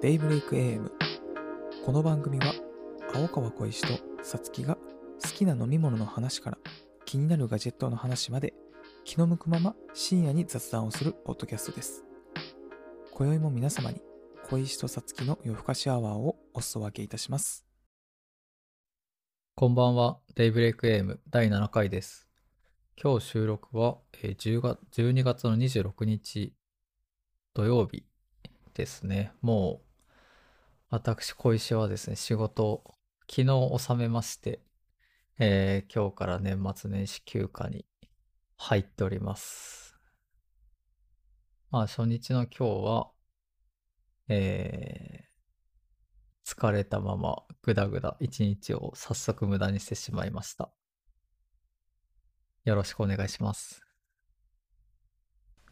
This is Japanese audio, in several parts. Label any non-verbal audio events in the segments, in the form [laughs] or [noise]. デイブレイク AM この番組は青川小石とさつきが好きな飲み物の話から気になるガジェットの話まで気の向くまま深夜に雑談をするポッドキャストです今宵も皆様に小石とさつきの夜更かしアワーをお裾分けいたしますこんばんは、デイブレイクエイム第7回です。今日収録は、えー10月12月の26日土曜日ですね。もう、私、小石はですね、仕事を昨日収めまして、えー今日から年末年始休暇に入っております。まあ、初日の今日は、えー、疲れたままぐだぐだ一日を早速無駄にしてしまいました。よろしくお願いします。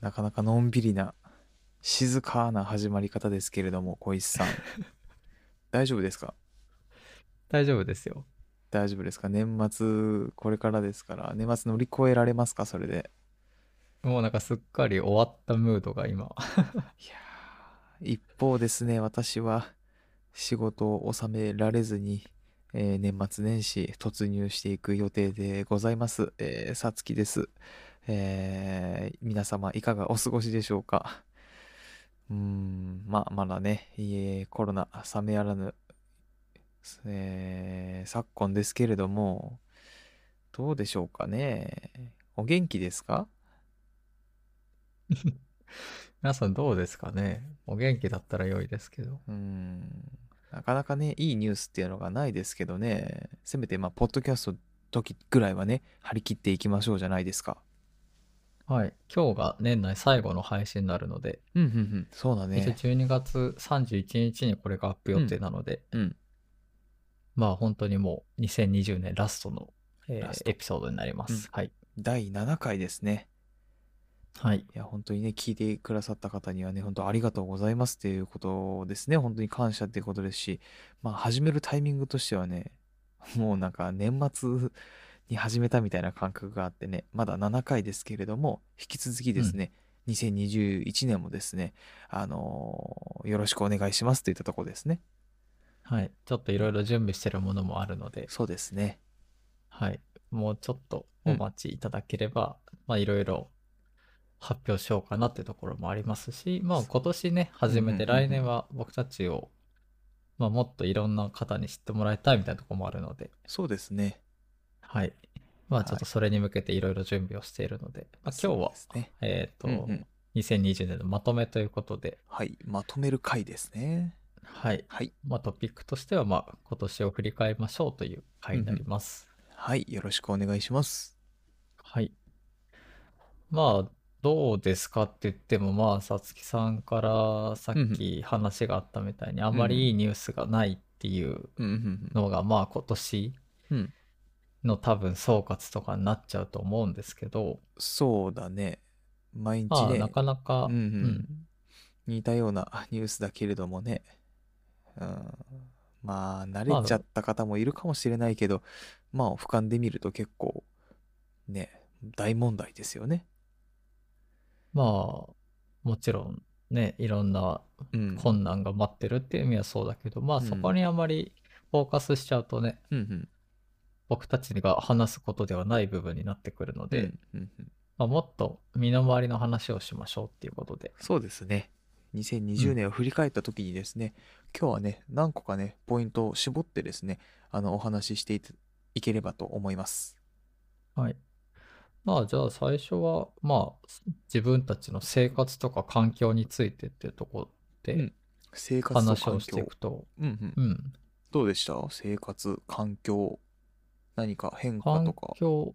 なかなかのんびりな静かな始まり方ですけれども小石 [laughs] さん大丈夫ですか大丈夫ですよ。大丈夫ですか年末これからですから年末乗り越えられますかそれでもうなんかすっかり終わったムードが今。 [laughs] いやー一方ですね私は仕事を収められずに、えー年末年始突入していく予定でございますえーさつきです、えー皆様いかがお過ごしでしょうかうーんまあまだね、えーコロナ冷めやらぬ、えー昨今ですけれどもどうでしょうかねお元気ですか皆さんどうですかねお元気だったら良いですけど。うーんなかなかね、いいニュースっていうのがないですけどね、せめて、まあ、ポッドキャスト時ぐらいはね、張り切っていきましょうじゃないですか。はい。今日が年内最後の配信になるので、うんうんうん、そうだ一応ね。 12月31日にこれがアップ予定なので、うん、まあ本当にもう2020年ラストの、えーラストエピソードになります。はい。第7回ですね。はい。いや、本当にね、聞いてくださった方にはね、本当ありがとうございますっていうことですね。本当に感謝っていうことですし、まあ、始めるタイミングとしてはね、 [laughs] もうなんか年末に始めたみたいな感覚があってね、まだ7回ですけれども、引き続きですね、2021年もですね、あのーよろしくお願いしますといったところですね。はい。ちょっといろいろ準備してるものもあるので、そうですね。はい。もうちょっとお待ちいただければ、まあいろいろ発表しようかなってところもありますし、まあ今年ね、初めてうんうんうんうん来年は僕たちを、まあもっといろんな方に知ってもらいたいみたいなところもあるので、そうですね。はい。まあはいちょっとそれに向けていろいろ準備をしているので、まあ今日そうはで、すね。えっ、と、うんうん2020年のまとめということで、はい。まとめる回ですね。はい。はい。まあトピックとしては、まあ今年を振り返りましょうという回になります。はい。よろしくお願いします。はい。まあ、どうですかって言っても、まあ、さつきさんからさっき話があったみたいに、あんまりいいニュースがないっていううんうんうん。のが、まあ、今年うんの多分総括とかになっちゃうと思うんですけど、そうだね。毎日まあ、ね。なかなかうんう、んん、似たようなニュースだけれどもね、うん、まあ慣れちゃった方もいるかもしれないけど、まあ俯瞰で見ると結構ね大問題ですよね。まあ、もちろんね、いろんなうん、困難が待ってるっていう意味はそうだけど、まあ、うんそこにあまりフォーカスしちゃうとね、うんうん僕たちが話すことではない部分になってくるので、うんうんうんまあ、もっと身の回りの話をしましょうっていうことで。そうですね。2020年を振り返った時にですね、今日はね何個かねポイントを絞ってですねあのお話ししていたいければと思います。はい。まあじゃあ最初は、まあ自分たちの生活とか環境についてっていうところうでん生活と話を環して境いく。と、うんうんうん。どうでした生活、環境、何か変化と環か。境、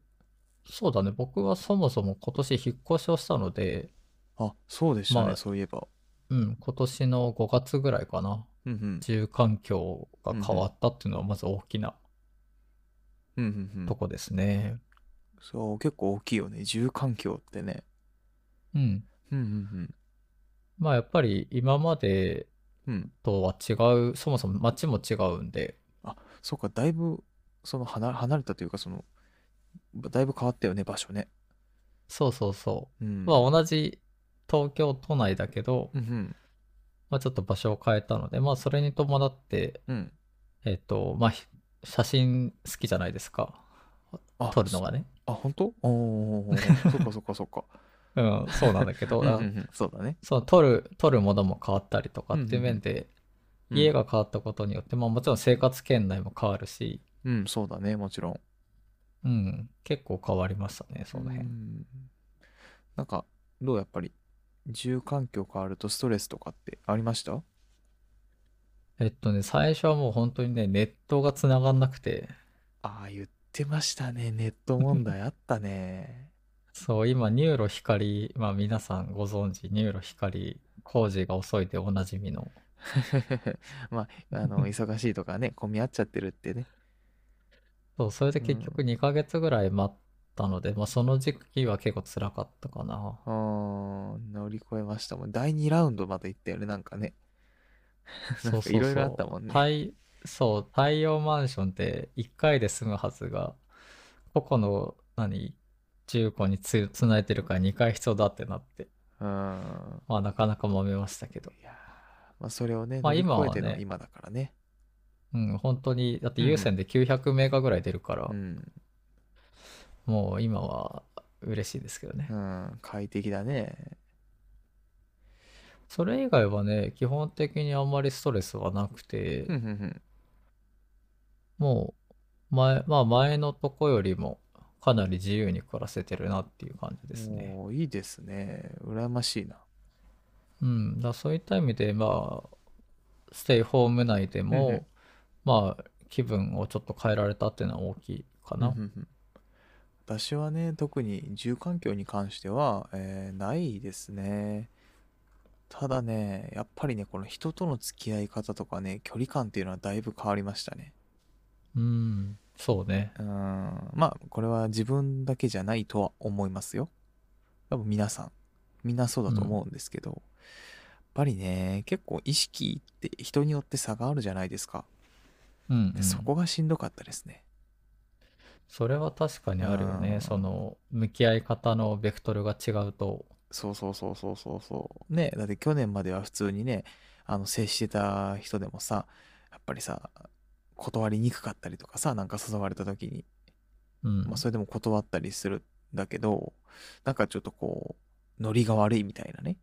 そうだね。僕はそもそも今年引っ越しをしたので、あ、そうでしたね、まあそういえば。うん、今年の5月ぐらいかな。うんうん。住環境が変わったっていうのはまず大きなうんうんうとん。こですね。そう、結構大きいよね。住環境ってね。うん。うんうんまあやっぱり今までうん。うん。とは違う、そもそも街も違うんで、そっか、だいぶ、その、離離れたというか、その、だいぶ変わったよね、場所ね。そうそうそうう。ん。まあ同じ東京都内だけど、うんうん。まあ、ちょっと場所を変えたので、まあ、それに伴って、うん。えっ、と、まあ、ひ写真好きじゃないですか。あ撮るのがね。あ、本当？おお、そっかそっかそっか。うん、 [laughs] そうなんだけ [laughs] ど、うんだうんうんそうだね。その撮る、撮るものも変わったりとかっていう面で、うん家が変わったことによって、まあもちろん生活圏内も変わるし、うん、そうだね、もちろん。うん、結構変わりましたね、その辺。うんなんか、どうやっぱり、住環境変わるとストレスとかってありましたえっとね、最初はもう本当にね、ネットが繋がんなくて、ああ、言ってましたね。ネット問題あったね。そう、今、ニューロ光、まあ皆さんご存知、ニューロ光、工事が遅いでおなじみの。 [laughs] まあ、あ [laughs] の、忙しいとかね、混み合っちゃってるってね。そう、それで結局2ヶ月ぐらい待ったので、まあその時期は結構辛かった [laughs] かな。あー乗り越えましたもん。第2ラウンドまで行ったよね、なんかね。そうなんそかいうろいろあそうったもんね太そう、太陽マンションって1回で住むはずが、個々の、何、中古につ、つないでるから2回必要だってなって、うん。まあなかなか揉めましたけど。いやーまあ、それをね、乗まあり越今はえてのね今だからね。うん、本当に、だってうんうん有線で900メガぐらい出るからう、ん。もう今は嬉しいですけどねう。ん。快適だね。それ以外はね、基本的にあんまりストレスはなくてうん、、うん、うん。もう前、まあ前のとこよりもかなり自由に暮らせてるなっていう感じですね。おーいいですね。羨ましいな。うん、だからそういった意味で、まあ、ステイホーム内でうんうんも、まあ、気分をちょっと変えられたっていうのは大きいかな。うんうんうん私はね、特に住環境に関しては、えーないですね。ただね、やっぱりね、この人との付き合い方とかね、距離感っていうのはだいぶ変わりましたね。うん、そうね。うん、まあ、これは自分だけじゃないとは思いますよ。多分皆さん、みんなそうだと思うんですけど、やっぱりね、結構意識って人によって差があるじゃないですか。うん、でうんそこがしんどかったですね。それは確かにあるようね。んその、向き合い方のベクトルが違うと。そうそうそうそうそうそう。ね、だって去年までは普通にね、あの、接してた人でもさ、やっぱりさ、断りにくかったりとかさ、なんか誘われた時に、うん、まあそれでも断ったりするんだけど、なんかちょっとこう、ノリが悪いみたいなね、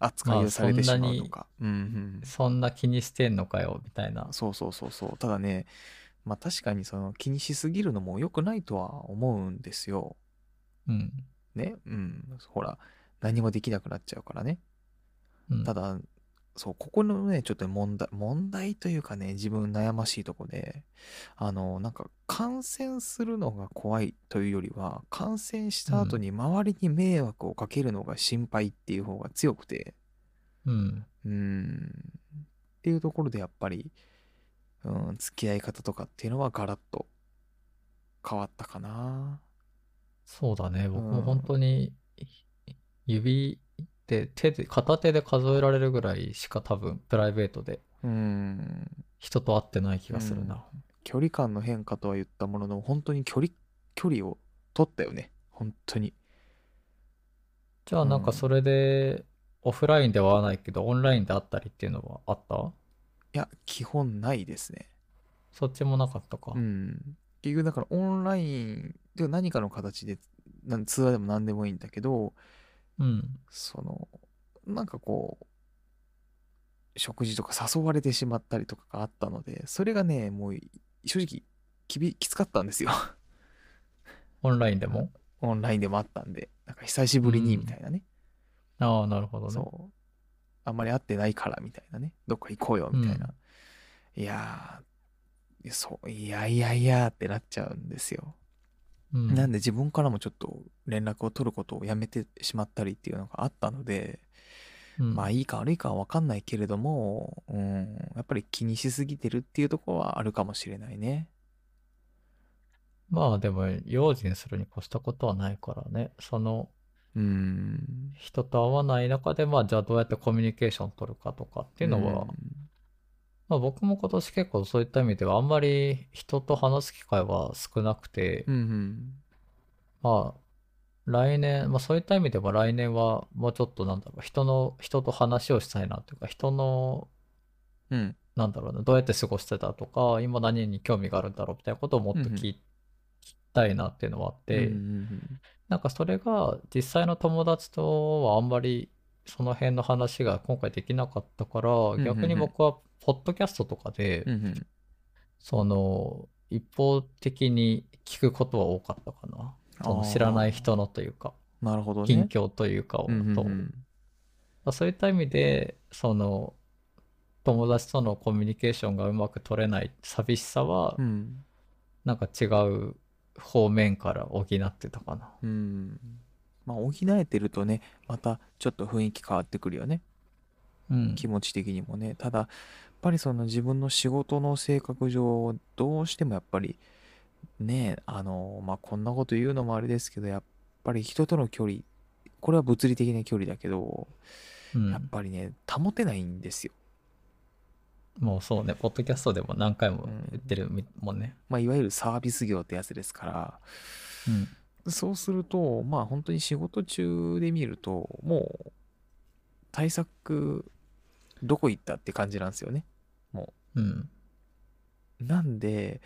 扱いをされてしそんなまうにとか。うんうん。そんな気にしてんのかよ、みたいな。そうそうそうそう。ただね、まあ確かにその気にしすぎるのも良くないとは思うんですよ。うん。ね。うん。ほら、何もできなくなっちゃうからね。うんただ、そう、ここのね、ちょっと問題、問題というかね、自分悩ましいとこで、あの、なんか感染するのが怖いというよりは、感染した後に周りに迷惑をかけるのが心配っていう方が強くて、うん。うん、っていうところでやっぱり、うん、付き合い方とかっていうのはガラッと変わったかな。そうだね。僕もうん本当に、指で、手で、片手で数えられるぐらいしか多分、プライベートでうん、人と会ってない気がするな。距離感の変化とは言ったものの、本当に距離、距離を取ったよね。本当に。じゃあなんうかんそれで、オフラインでは会わないけど、オンラインで会ったりっていうのはあったいや、基本ないですね。そっちもなかったか。うん。結局、だからオンラインで何かの形で、なん通話でも何でもいいんだけど、うん。その、なんかこう、食事とか誘われてしまったりとかがあったので、それがね、もう正直きび、きつかったんですよ。 [laughs] オンラインでもオンラインでもあったんで、なんか久しぶりにうんみたいなね。ああ、なるほどね。そう。あんまり会ってないからみたいなね。どっか行こうよみたいな。いやー、いやそう、いやいやいやーってなっちゃうんですよ。うん。なんで自分からもちょっと連絡を取ることをやめてしまったりっていうのがあったので、うんまあいいか悪いかは分かんないけれども、うん、やっぱり気にしすぎてるっていうところはあるかもしれないね。まあでも、用心するに越したことはないからね。その、うん。人と会わない中で、まあじゃあどうやってコミュニケーション取るかとかっていうのは、まあ僕も今年結構そういった意味ではあんまり人と話す機会は少なくて、うん、うんまあ、来年、まあそういった意味では来年はもうちょっとなんだろう、人の、人と話をしたいなというか、人の、うん。なんだろうな、どうやって過ごしてたとか、今何に興味があるんだろうみたいなことをもっとうんうん聞き,、たいなっていうのはあって、うんうんなんかそれが実際の友達とはあんまりその辺の話が今回できなかったから、んうん逆に僕はポッドキャストとかで、うんうんうんその一方的に聞くことは多かったかな。その知らない人のというか、あーなるほどね。近況というかをうんうんと、うんまあそういった意味でその友達とのコミュニケーションがうまく取れない寂しさはうんなんか違う方面から補ってたかな。うんまあ補えてるとねまたちょっと雰囲気変わってくるよねうん、気持ち的にもねただやっぱりその自分の仕事の性格上どうしてもやっぱりねあのまあこんなこと言うのもあれですけどやっぱり人との距離これは物理的な距離だけどうんやっぱりね保てないんですよ、もうそうね、ポッドキャストでも何回もうん言ってるみもんね。まあ、いわゆるサービス業ってやつですからうん。そうすると、まあ本当に仕事中で見ると、もう対策、どこ行ったって感じなんですよね。うん。なんで、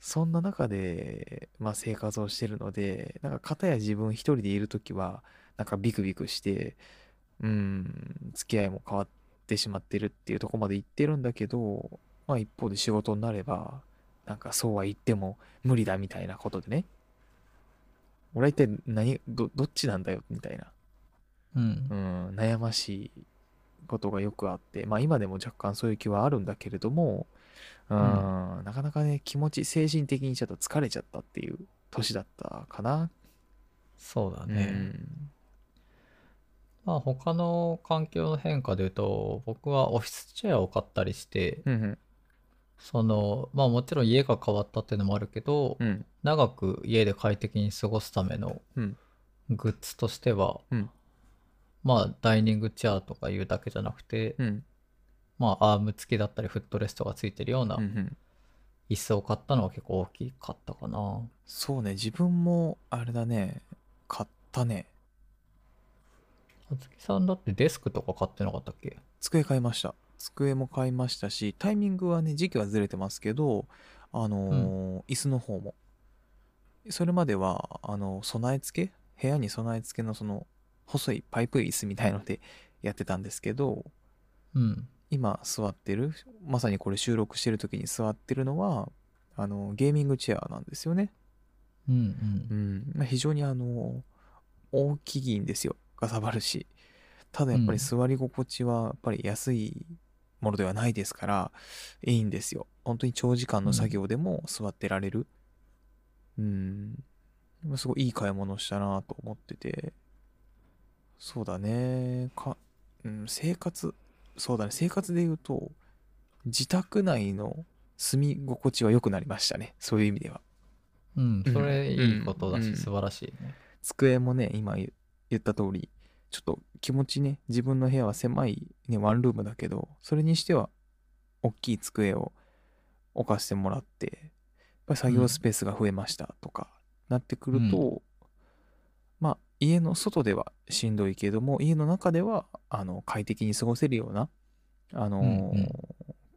そんな中で、まあ生活をしてるので、なんか片や自分一人でいるときは、なんかビクビクして、うん、付き合いも変わってしまってるっていうとこまで行ってるんだけど、まあ一方で仕事になれば、なんかそうは言っても無理だみたいなことでね。俺は一体何、ど、どっちなんだよみたいな、うんう。ん、悩ましいことがよくあって、まあ今でも若干そういう気はあるんだけれども、うん、なかなかね、気持ち、精神的にちょっと疲れちゃったっていう年だったかな。そうだうね。ん。まあ他の環境の変化で言うと、僕はオフィスチェアを買ったりして、うんうん。その、まあもちろん家が変わったっていうのもあるけど、うん。長く家で快適に過ごすためのうんグッズとしては、うんまあダイニングチェアとかいうだけじゃなくて、うん。まあアーム付きだったりフットレストが付いてるようなうんうん。椅子を買ったのは結構大きかったかな。そうね、自分も、あれだね、買ったね。あつきさんだってデスクとか買ってなかったっけ机買いました。机も買いましたし、タイミングはね、時期はずれてますけど、あのー椅子の方も。それまでは、あの、備え付け部屋に備え付けのその、細いパイプ椅子みたいのでやってたんですけど、うん。今座ってる、まさにこれ収録してる時に座ってるのは、あの、ゲーミングチェアなんですよね。うんう。うんん、まあ非常にあの大きいんですよかさばるしただやっぱうんり座り心地はやっぱり安いものではないですからいいんですよ本当に長時間の作業でも座ってられるうん、まあすごいいい買い物をしたなと思っててそうだねか、うん、生活そうだね生活で言うと自宅内の住み心地は良くなりましたねそういう意味ではうん、うんそれいいことだうんし、素晴らしいね。机もね今言言った通りちょっと気持ちね自分の部屋は狭い、ね、ワンルームだけどそれにしては大きい机を置かせてもらってやっぱり作業スペースが増えましたとか、なってくると、まあ家の外ではしんどいけども家の中ではあの快適に過ごせるようなあのーうんうん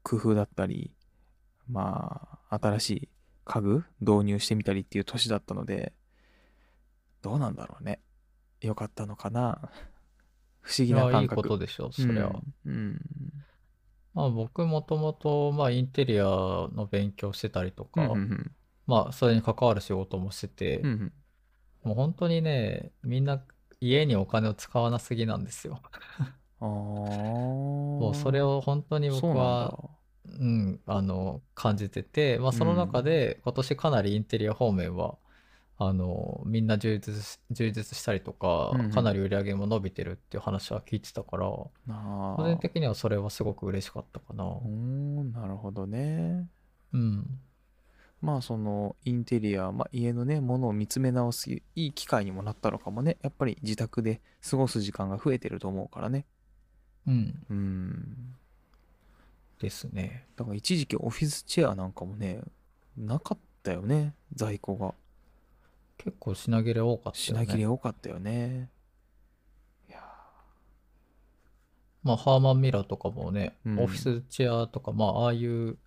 工夫だったりまあ新しい家具導入してみたりっていう年だったのでどうなんだろうね良かったのかな [laughs] 不思議いなや、い感いこ覚とでしょ、それは。うん、うんまあ僕もともと、まあインテリアの勉強してたりとうか、んうんまあそれに関わる仕事もしてて、うんうんもう本当にね、みんな家にお金を使わなすぎなんですよ。ああももうそれをを本当に僕は、うん、あの、感じてて、まあその中で今年かなりインテリア方面は、あの、みんな充実し、充実したりとかうんうん、かなり売り上げも伸びてるっていう話は聞いてたから、あ個人的にはそれはすごく嬉しかったかな。ーうーんなるほどねうん。まあそのインテリア、まあ、家のねものを見つめ直すいい機会にもなったのかもねやっぱり自宅で過ごす時間が増えてると思うからねうん。うんですね。だから一時期オフィスチェアなんかもねなかったよね在庫が結構品切れ多かったよ品ね。切れ多かったよね。いやまあ、ハーマンミラーとかもね、うんオフィスチェアとか、まあ、ああいう、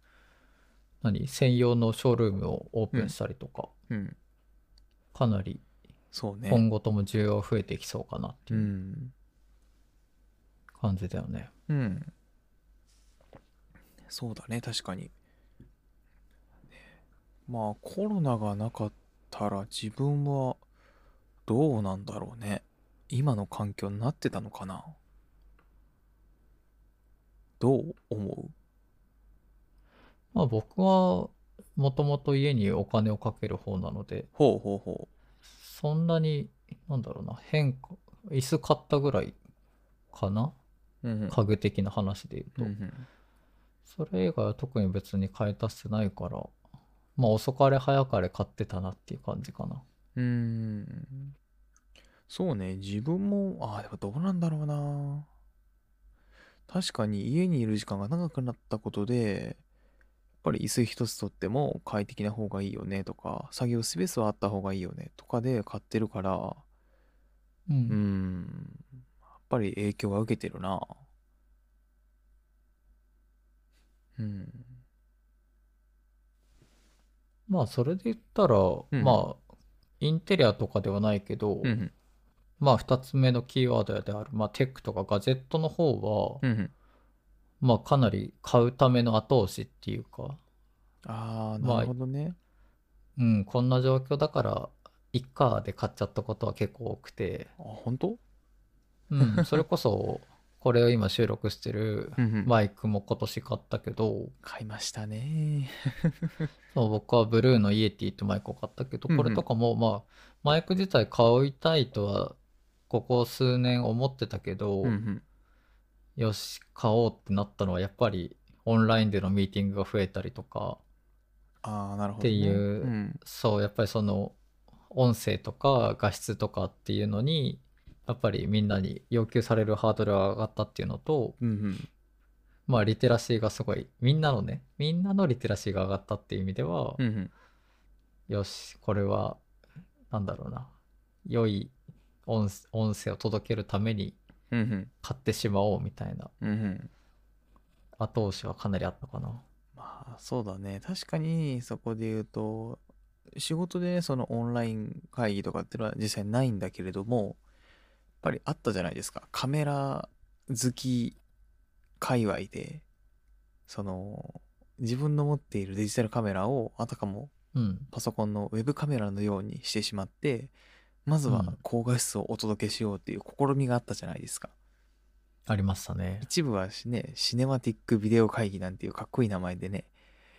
何、専用のショールームをオープンしたりとか、ーうん。かなりそうね。今後とも需要増えてきそうかなってう。いうん感じだよね。うん。そうだね、確かに。まあ、コロナがなかったら自分はどうなんだろうね。今の環境になってたのかなどう思まあ、僕は、もともと家にお金をかける方なので、うほうほうほそんなに、なんだろうな、変化、椅子買ったぐらいかなう。うんうん家具的な話でうん言うと。それ以外は特に別に買い足してないから、まあ遅かれ早かれ買ってたなっていう感じかな。うん。うーん。そうね、自分も、ああ、でもどうなんだろうな。確かに家にいる時間が長くなったことで、やっぱり椅子一つとっても快適な方がいいよねとか、作業スペースはあった方がいいよねとかで買ってるから、ううーん。ん、やっぱり影響は受けてるな。うん。まあそれで言ったら、んまあインテリアとかではないけど、うんうん、まあ2つ目のキーワードである、まあ、テックとかガジェットの方は、うんうん。まあかなり買うための後押しっていうか、ああ、まなあるほどね。うん、こんな状況だから、いっかで買っちゃったことは結構多くて、あ、本当 [laughs] うん、それこそ、これを今収録してるうんうんマイクも今年買ったけど、買いましたね。そう、僕はブルーのイエティってマイクを買ったけど、うんうんこれとかも、まあ、マイク自体買いたいとは、ここ数年思ってたけどうんう、ん。よし、買おうってなったのは、やっぱりオンラインでのミーティングが増えたりとか、ああ、なるほど、ってね。いううん。そう、やっぱりその、音声とか画質とかっていうのに、やっぱりみんなに要求されるハードルが上がったっていうのと、うんうん。まあ、リテラシーがすごい、みんなのね、みんなのリテラシーが上がったっていう意味では、うんうん。よし、これは、なんだろうな、良い音音声を届けるためにうんうん。買ってしまおうみたいなうんうん。後押しはかなりあったかな。まあ、そうだね。確かに、そこで言うと、仕事でね、そのオンライン会議とかっていうのは実際ないんだけれども、やっぱりあったじゃないですか。カメラ好き界隈で、その、自分の持っているデジタルカメラを、あたかもうん。パソコンのウェブカメラのようにしてしまって、まずうはん高画質をお届けしようっていう試みがあったじゃないですか。ありましたね。一部はしね、シネマティックビデオ会議なんていうかっこいい名前でね、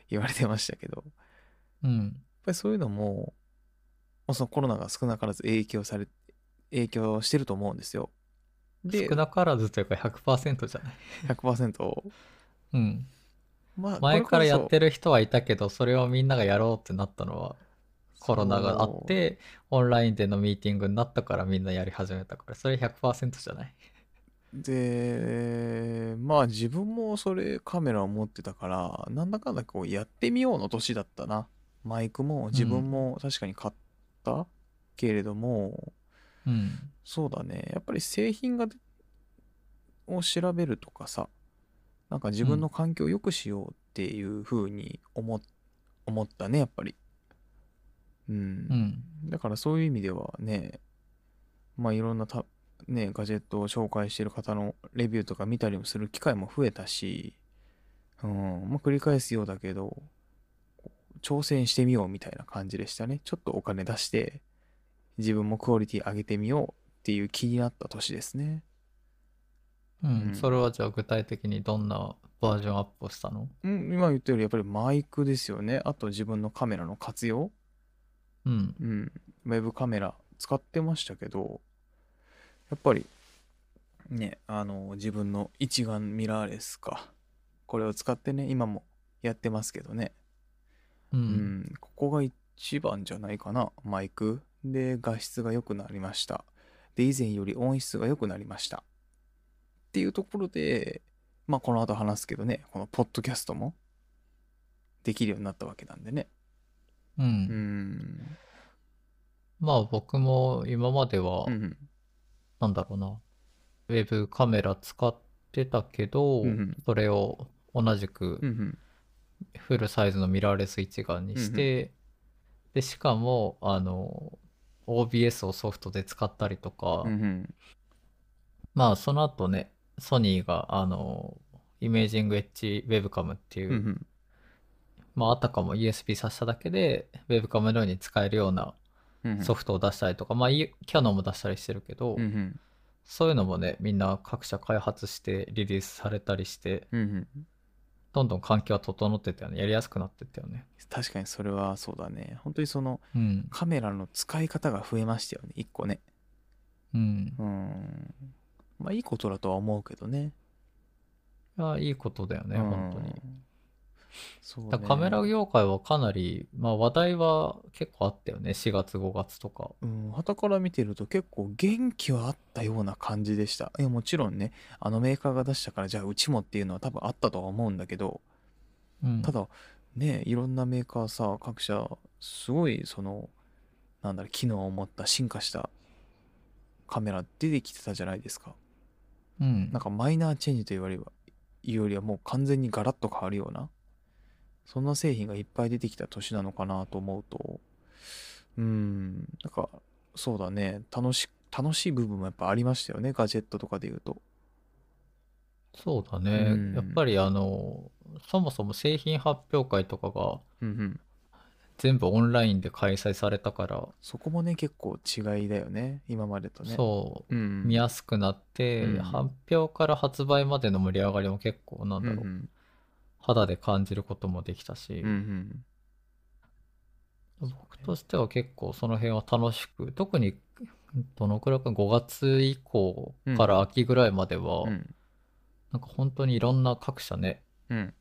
言われてましたけど、やっうん。ぱりそういうのも、まあそのコロナが少なからず影響され、影響してると思うんですよ。で、少なからずというか100%じゃない。 100%、うん。まあ、前からやってるる人はいたけど、それをみんながやろうってなったのはコロナがあっ、て、オンラインでのミーティングになったからみんなやり始めたから、それ100%じゃない。でまあ自分もそれカメラを持ってたからなんだかんだこうやってみようの年だったなマイクも自分も確かに買ったけれども、うん。そうだねやっぱり製品がを調べるとかさなんか自分の環境を良くしようっていう風に思っ思ったねやっぱりうんうん。だからそういう意味ではね、まあいろんなた、ね、ガジェットを紹介してる方のレビューとか見たりもする機会も増えたし、うん、まあ繰り返すようだけど、挑戦してみようみたいな感じでしたね。ちょっとお金出して、自分もクオリティ上げてみようっていう気になった年ですね。ううんん。それはじゃあ具体的にどんなバージョンアップをしたのうん、今言ったよりやっぱりマイクですよね。あと自分のカメラの活用。うん。うん、ウェブカメラ使ってましたけど、やっぱりね、あの、自分の一眼ミラーレスか。これを使ってね、今もやってますけどね。う。うんん、ここが一番じゃないかな、マイク。で、画質が良くなりました。で、以前より音質が良くなりました。っていうところで、まあ、この後話すけどね、このポッドキャストもできるようになったわけなんでね。う。うんん。まあ僕も今まではう、んなんだろうな、ウェブカメラ使ってたけどうんうん、それを同じくうんうんフルサイズのミラーレス一眼にして、で、しかも、あの、OBS をソフトで使ったりとかう、んうんまあその後ね、ソニーが、あの、イメージングエッジウェブカムっていううんう、んまああたかも USB 挿しただけで、ウェブカムのように使えるようなうんうんソフトを出したりとか、まあいいキャノンも出したりしてるけど、うんうんそういうのもね、みんな各社開発してリリースされたりして、うんうんどんどん環境は整ってたよね。やりやすくなってったよね。確かにそれはそうだね。本当にそのうん。カメラの使い方が増えましたよね、一個ね。うんう。ん。まあいいことだとは思うけどね。いやいいことだよね、うん本当に。。そう、ね。だからカメラ業界はかなり、まあ話題は結構あったよね。4月、5月とか。うん、旗から見てると結構元気はあったような感じでした。いや、もちろんね、あのメーカーが出したから、じゃあうちもっていうのは多分あったとは思うんだけど、うん。ただ、ね、いろんなメーカーさ、各社、すごい、その、なんだろう、機能を持った進化したカメラ出てきてたじゃないですか。うんなん。かマイナーチェンジと言われば、いうよりはもう完全にガラッと変わるような、そんな製品がいっぱい出てきた年なのかなと思うと、うーん、なんか、そうだね、楽し、楽しい部分もやっぱありましたよね、ガジェットとかで言うと。そうだうんね。やっぱりあの、そもそも製品発表会とかがうんうん。全部オンラインで開催されたから、そこもね、結構違いだよね、今までとね。そう、う。ん、見やすくなって、うん発表から発売までの盛り上がりも結構なんうんうだんろう、肌で感じることもできたし、うんうん。僕としては結構その辺は楽しく特にどのくらいか5月以降から秋ぐらいまでは、うんなんか本当にいろんな各社ね、うん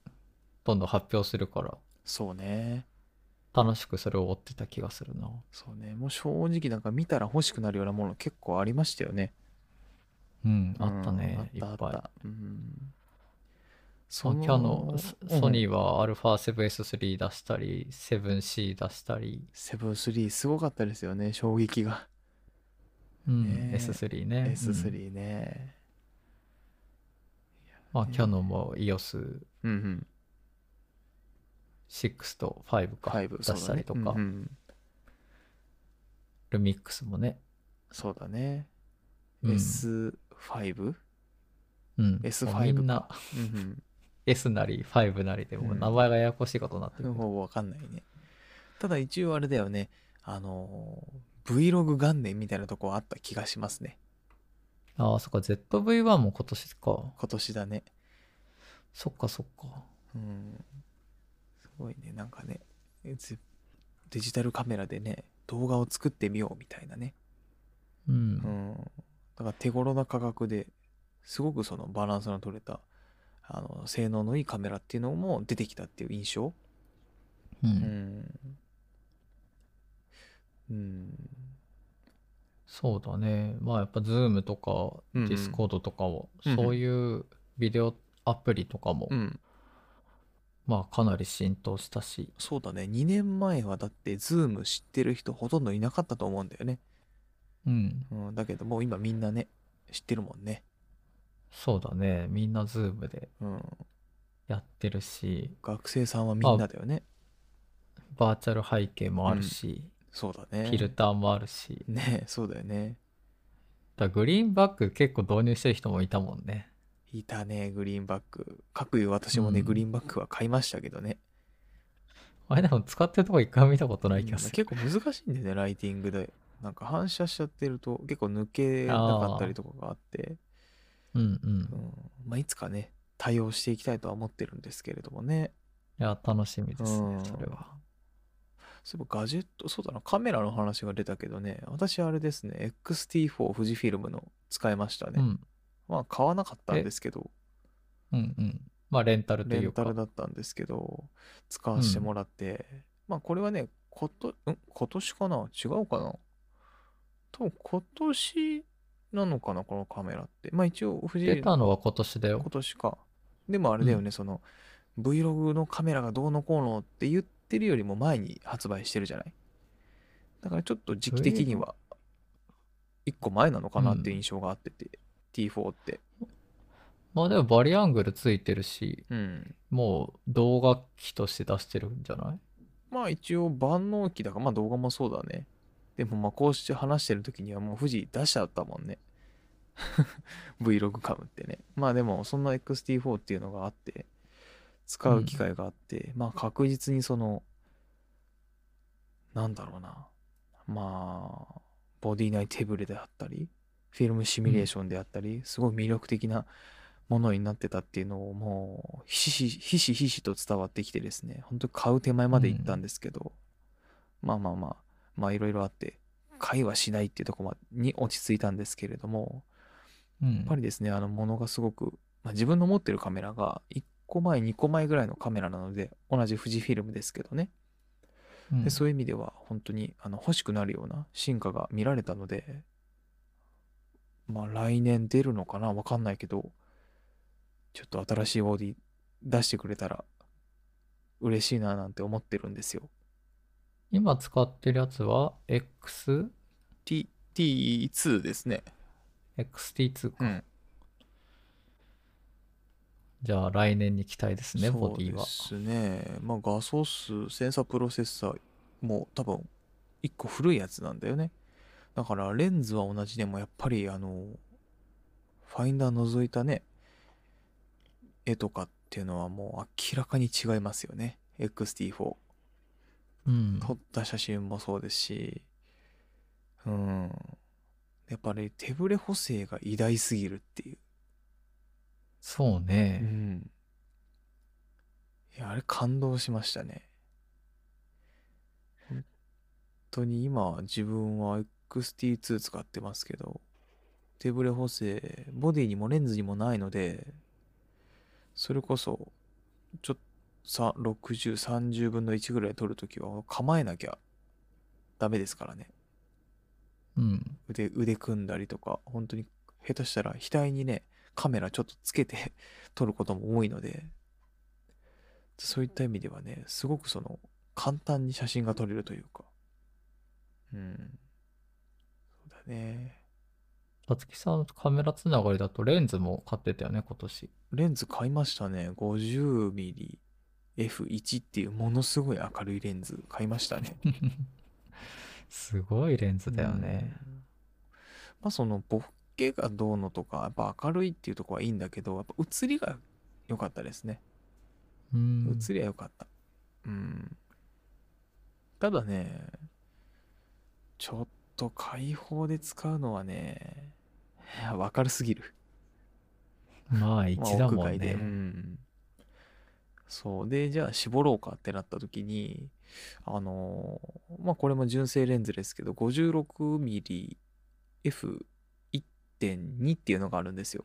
どんどん発表するからそうね。楽しくそれを追ってた気がするなそうね。もう正直なんか見たら欲しくなるようなもの結構ありましたよね。うんあったね、うんあいっったぱあいった。うん。まそあキャノンうんソソニーは α7S3 出したり 7C 出したり、セブン3すごかったですよね、衝撃が。うんねえ S3 ねうん S3 ね。まあ、ねキャノンも EOS6 うんうん。と5か5、出したりとか、そうだね。うんうんルミックスもね、そうだね。うん S5? うん、 S5 もうみんなうんうん。 S なり5なりでもう名前がややこしいことになってる、もうわかんないね。ただ一応あれだよね。あのー、Vlog 元年みたいなとこはあった気がしますね。ああそっか ZV-1 も今年か今年だね。そっかそっかうん。すごいね、なんかね、えずデジタルカメラでね、動画を作ってみようみたいなね。うん、うん、だから手頃な価格ですごくそのバランスの取れたあの性能のいいカメラっていうのも出てきたっていう印象うんうん、うん、そうだねまあやっぱ Zoom とうかんうん Discord とかを、うんうんそういうビデオアプリとかも、うん、まあかなり浸透したしそうだね2年前はだってズーム知ってる人ほとんどいなかったと思うんだよね、うんうん、だけどもう今みんなね知ってるもんねそうだねみんな Zoom でうん、やってるし学生さんはみんなだよね。バーチャル背景もあるし、そうだね。フィルターもあるし、ねそうだよね。だからグリーンバック結構導入してる人もいたもんね。いたね、グリーンバック。かくいう私もね、うんグリーンバックは買いましたけどね。あれでも使ってるとこ一回も見たことない気がす結構る。難しいんだよねライティングでなんか反射しちゃってると結構抜けなかったりとかがあってうんうん。いうんまあ、いつかね対応していきたいとは思ってるんですけれどもねや、楽しみですうねん、それは。そういえばガジェットそうだなカメラの話が出たけどね私あれですね XT4 富士フィルムの使いましたね、うん。まあ買わなかったんですけどうんうん。まあ、レンタルとレいンうか。タルだったんですけど使わせてもらって、まあこれはねことん今年かな違うかな多分今年なのかなこのカメラってまあ一応富出士たのは今年だよ今。年かでもあれだよね、その Vlog のカメラがどうのこうのって言ってるよりも前に発売してるじゃないだからちょっと時期的には1個前なのかなっていう印象があってて、T4 って。まあでもバリアングルついてるし、うん。もう動画機として出してるんじゃないまあ一応万能機だから、まあ動画もそうだね。でもまあこうして話してる時にはもう富士出しちゃったもんね。Vlog カムってね。まあでもそんな XT4 っていうのがあって、使う機会があって、まあ確実にその、なんだろうな。まあ、ボディ内手ぶれであったり、フィルムシミュレーションであったり、すごい魅力的なものになってたっていうのをもうひしひひしひしと伝わってきてですね本当買う手前まで行ったんですけど、まあまあまあまあいろいろあって買いはしないっていうところに落ち着いたんですけれどもうん。やっぱりですねあのものがすごく、まあ、自分の持ってるカメラが1個前2個前ぐらいのカメラなので同じ富士フィルムですけどねうんでそういう意味では本当にあの欲しくなるような進化が見られたのでまあ来年出るのかなわかんないけどちょっと新しいボディ出してくれたら嬉しいななんて思ってるんですよ。今使ってるやつは X? T、T2 ですね。 XT2 か。うん。じゃあ来年に期待ですね、ボディは。そうですね。まあ画素数、センサープロセッサーも多分一個古いやつなんだよね。だからレンズは同じでもやっぱりあの、ファインダー覗いたね、絵とかっていうのはもう明らかに違いますよね。XT4。うん。撮った写真もそうですし、うん。やっぱり手ぶれ補正が偉大すぎるっていう。そうね。うん。いや、あれ感動しましたね。本当に今、自分は XT2 使ってますけど、手ブレ補正、ボディにもレンズにもないので、それこそ、ちょっと、さ60、30分の1ぐらい取るときは構えなきゃダメですからね。うん。腕腕組んだりとか本当に下手したら額にねカメラちょっとつけて [laughs] 撮ることも多いのでそういった意味ではねすごくその簡単に写真が撮れるというかうんそうだねさつきさんのカメラつながりだとレンズも買ってたよね、今年。レンズ買いましたね 50mmF1 っていうものすごい明るいレンズ買いましたねすごいレンズだよね。うんまあそのボッケがどうのとかやっぱ明るいっていうとこはいいんだけどやっぱ写りが良かったですねうん。映りゃよかった。うん。ただね、ちょっと開放で使うのはね、いやわかるすぎる。まあ、まあ一だ屋もん外で。うね。ん。そう。で、じゃあ絞ろうかってなった時に、あのーまあこれも純正レンズですけど、56mmF1.2 っていうのがあるんですよ。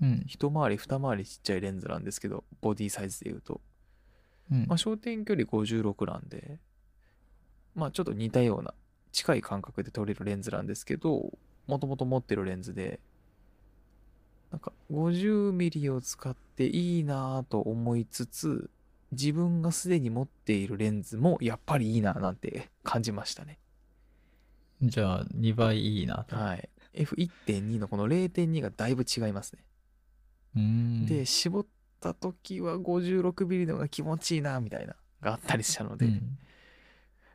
うん。一回り二回りちっちゃいレンズなんですけど、ボディサイズで言うと。うんまあ、焦点距離56なんで、まあ、ちょっと似たような近い感覚で撮れるレンズなんですけどもともと持ってるレンズでなんか 50mm を使っていいなぁと思いつつ自分がすでに持っているレンズもやっぱりいいなぁなんて感じましたね。じゃあ、2倍いいなと。はい、F1.2 のこの0.2がだいぶ違いますね。うん。で絞った時は 56mm の方が気持ちいいなぁみたいながあったりしたのうで、ん、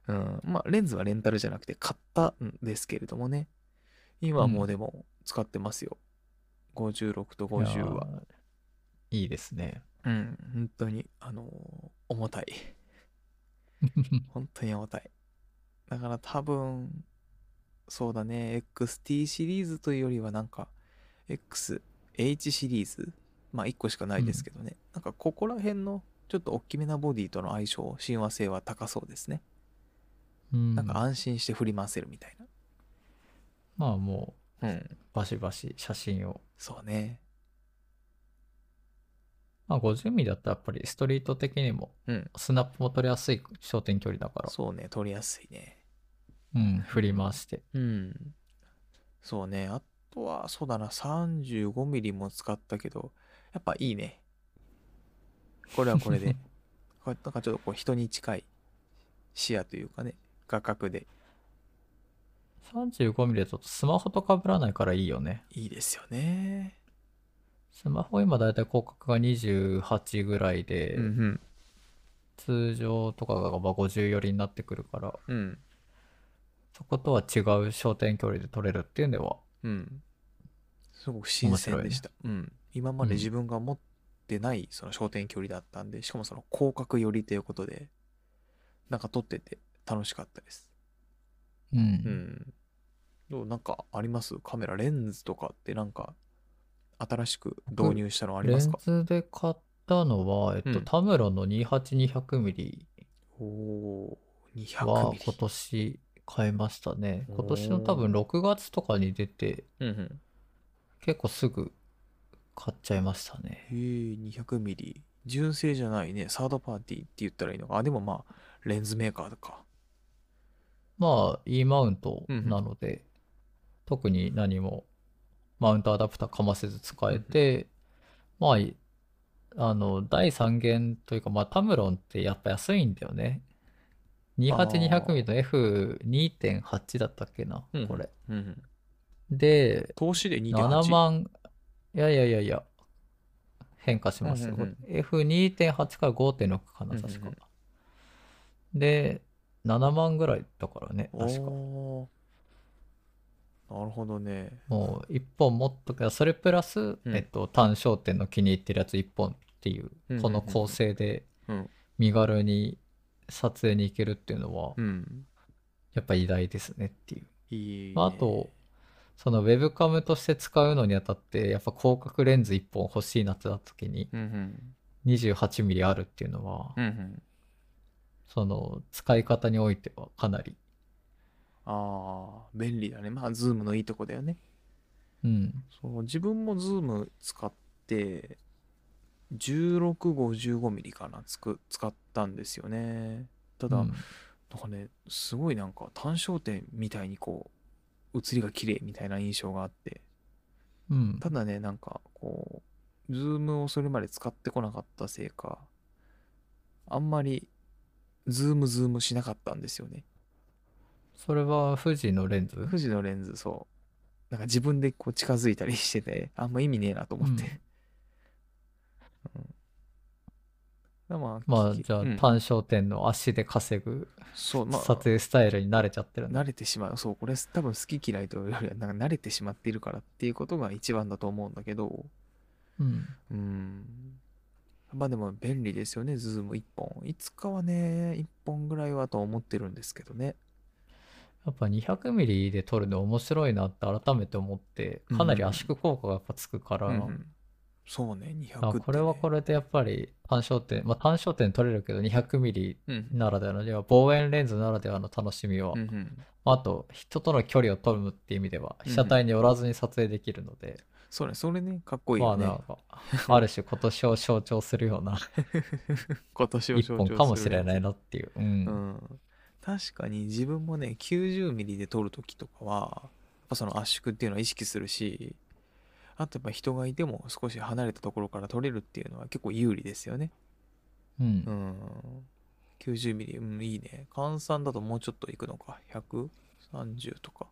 うん、まあレンズはレンタルじゃなくて買ったんですけれどもね今はもううんでも使ってますよ、56とい50やはー。いいです [laughs] ね。うん本当にあのー重たい本当に重たいだから多分そうだね XT シリーズというよりはなんか XH シリーズまあ1個しかないですけどね、なんかここら辺のちょっと大きめなボディとの相性親和性は高そうですね、うん。なんか安心して振り回せるみたいまあ、もなうんう、バシバシ写真を。そうね。まあ、50ミリだったらやっぱりストリート的にもうん、スナップも撮りやすい焦点距離だから。そうね、取りやすいね。うん。振り回して。うん。そうね。あとは、そうだな、35ミリも使ったけど、やっぱいいね。これはこれ [laughs] で。これなんかちょっとこう人に近い視野というかね、画角で35ミリだとスマホと被らないからいいよね。いいですよね。スマホ今だいたい広角が28ぐらいで、うん通常とかがまあ50寄りになってくるから、うん。うん。そことは違う焦点距離で撮れるっていうのは、うん。すごく新鮮でした。うん。今までうん自分が持ってないその焦点距離だったんで、しかもその広角寄りということで、なんか撮ってて楽しかったです。うん。うん。どうなんかありますカメラ、レンズとかってなんか新しく導入したのありレンますかズで買ったのは、えっと、うんタムロンの28200ミリおおー、200はミリ今。年買いましたね。おー今年の多分6月とかに出て、うんうん。結構すぐ買っちゃいましたね。へえ、200ミリ。純正じゃないね。サードパーティーって言ったらいいのか。あ、でもまあ、レンズメーカーとか。まあ E マウントなので、特に何もマウントアダプターかませず使えて、まあいあの第3弦というか、まあ、タムロンってやっぱ安いんだよねあー 28200mm の F2.8 だったっけな、うんこれうんうん。で投資で2.8。 7万いやいやいやいや変化しますよ、うんうん F2.8 から5.6かな確うか、んうんうんで7万ぐらいだからね確かおーなるほどね。もう一本持っとくそれプラス、うんえっと、単焦点の気に入ってるやつ一本っていうんうんうう、んこの構成でうん身軽に撮影に行けるっていうのはう、ん。やっぱ偉大ですねっていう。いいね、まあ、あと、そのウェブカムとして使うのにあたって、やっぱ広角レンズ一本欲しいなってなった時に、うんうん。 28ミリあるっていうのはう、んうん。その使い方においてはかなり、ああ、便利だね。まあ、ズームのいいとこだよね。うん、そう、自分もズーム使って、16、55ミリかな、つく、使ったんですよね。ただ、うんなんかね、すごいなんか単焦点みたいにこう、写りが綺麗みたいな印象があって、うん、ただね、なんかこう、ズームをそれまで使ってこなかったせいか、あんまり、ズームズームしなかったんですよね。それは富士のレンズ富士のレンズ、そう。なんか自分でこう近づいたりしてて、あんま意味ねえなと思って。うん。だからままあ、あきじゃあうん単焦点の足で稼ぐそう、まあ、撮影スタイルに慣れちゃってるんだ慣れてしまうそうこれ多分好き嫌いというよりはなんか慣れてしまっているからっていうことが一番だと思うんだけどうんうんまあでも便利ですよねズーム1本いつかはね1本ぐらいはと思ってるんですけどねやっぱ 200mm で撮るの面白いなって改めて思ってかなり圧縮効果がやっぱつくから、うんうんそうね200あって、ね、これはこれでやっぱり単焦点まあ単焦点撮れるけど 200mm うんならではの要は望遠レンズならではの楽しみは、うんうんあと人との距離を取るっていう意味ではうん被写体に寄らずに撮影できるので、そうねそれねかっこいいまよあね、なん [laughs] かある種今年を象徴するような今年を一象徴本するかもしれないなっていう、うんうん、確かに自分もね90ミリで撮る時とかはやっぱその圧縮っていうのは意識するしあとやっぱ人がいても少し離れたところから撮れるっていうのは結構有利ですよね。うんうん、90ミリ、うん、いいね。換算だともうちょっといくのか。130とか。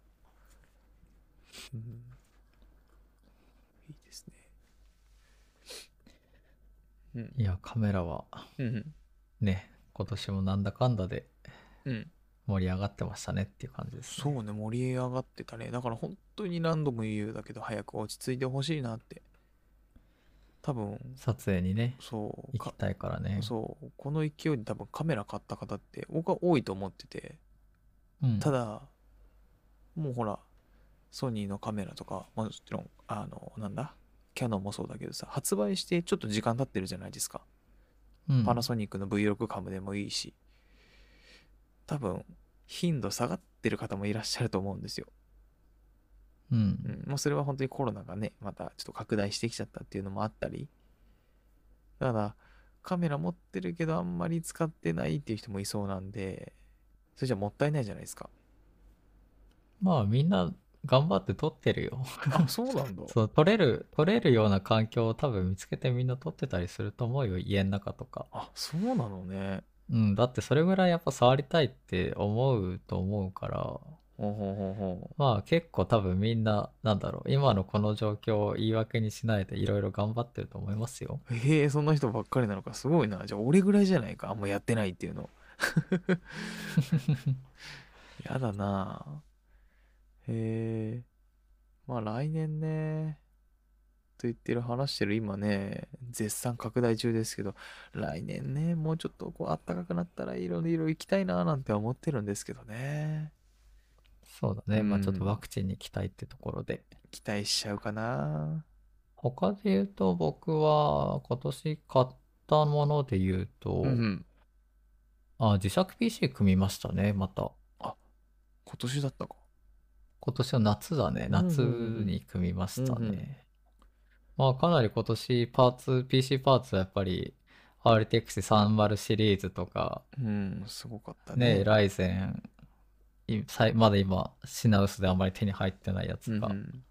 うん、いいですね。いやカメラはうん、うん、ね今年もなんだかんだでうん。盛り上がってましたねっていう感じです、ね、そうね、盛り上がってたね。だから本当に何度も言うようだけど、早く落ち着いてほしいなって。多分、撮影にねそう、行きかたいからねそう、この勢いで多分カメラ買った方って、僕は多いと思ってて、うん、ただ、もうほら、ソニーのカメラとか、もちろん、あの、なんだ、キャノンもそうだけどさ、発売してちょっと時間経ってるじゃないですか。うんパナソニックの V6 カムでもいいし、多分、頻度下がってる方もいらっしゃると思うんですよ。ううんん、もうそれは本当にコロナがね、またちょっと拡大してきちゃったっていうのもあったり、だからカメラ持ってるけどあんまり使ってないっていう人もいそうなんで、それじゃもったいないじゃないです [laughs] か。まあみんな頑張って撮ってるよあ、そうなんだ。そう撮れる撮れるような環境を多分見つけてみんな撮ってたりすると思うよ家の中とかあ、そうなのね。うんだってそれぐらいやっぱ触りたいって思うと思うからほうほうほうほまあ結構多分みんな、なんだろう、今のこの状況を言い訳にしないでいろいろ頑張ってると思いま [laughs] すよ。う。へえ、そんな人ばっかりなのか。すごいな。じゃあ、俺ぐらいじゃないか。あんまやってないっていうの。やだなぁへえ。まあ来年ね、と言ってる話してる今ね、絶賛拡大中ですけど、来年ね、もうちょっとこう暖かくなったらいろいろ行きたいなぁなんて思ってるんですけどね。そうだね、まあうんちょっとワクチンに期待ってところで。期待しちゃうかな他で言うと僕は今年買ったもので言うと、ぁうんうん。あ、自作 PC 組みましたね、また。今年だったか。今年の夏だね、夏うんうんうんに組みましたうんうんね。まあかなり今年パーツ、PC パーツはやっぱり RTX30 シリーズとか、うん、すごかったねね。ライゼン、いさいまだ今、品薄であんまり手に入ってないやうんつうがん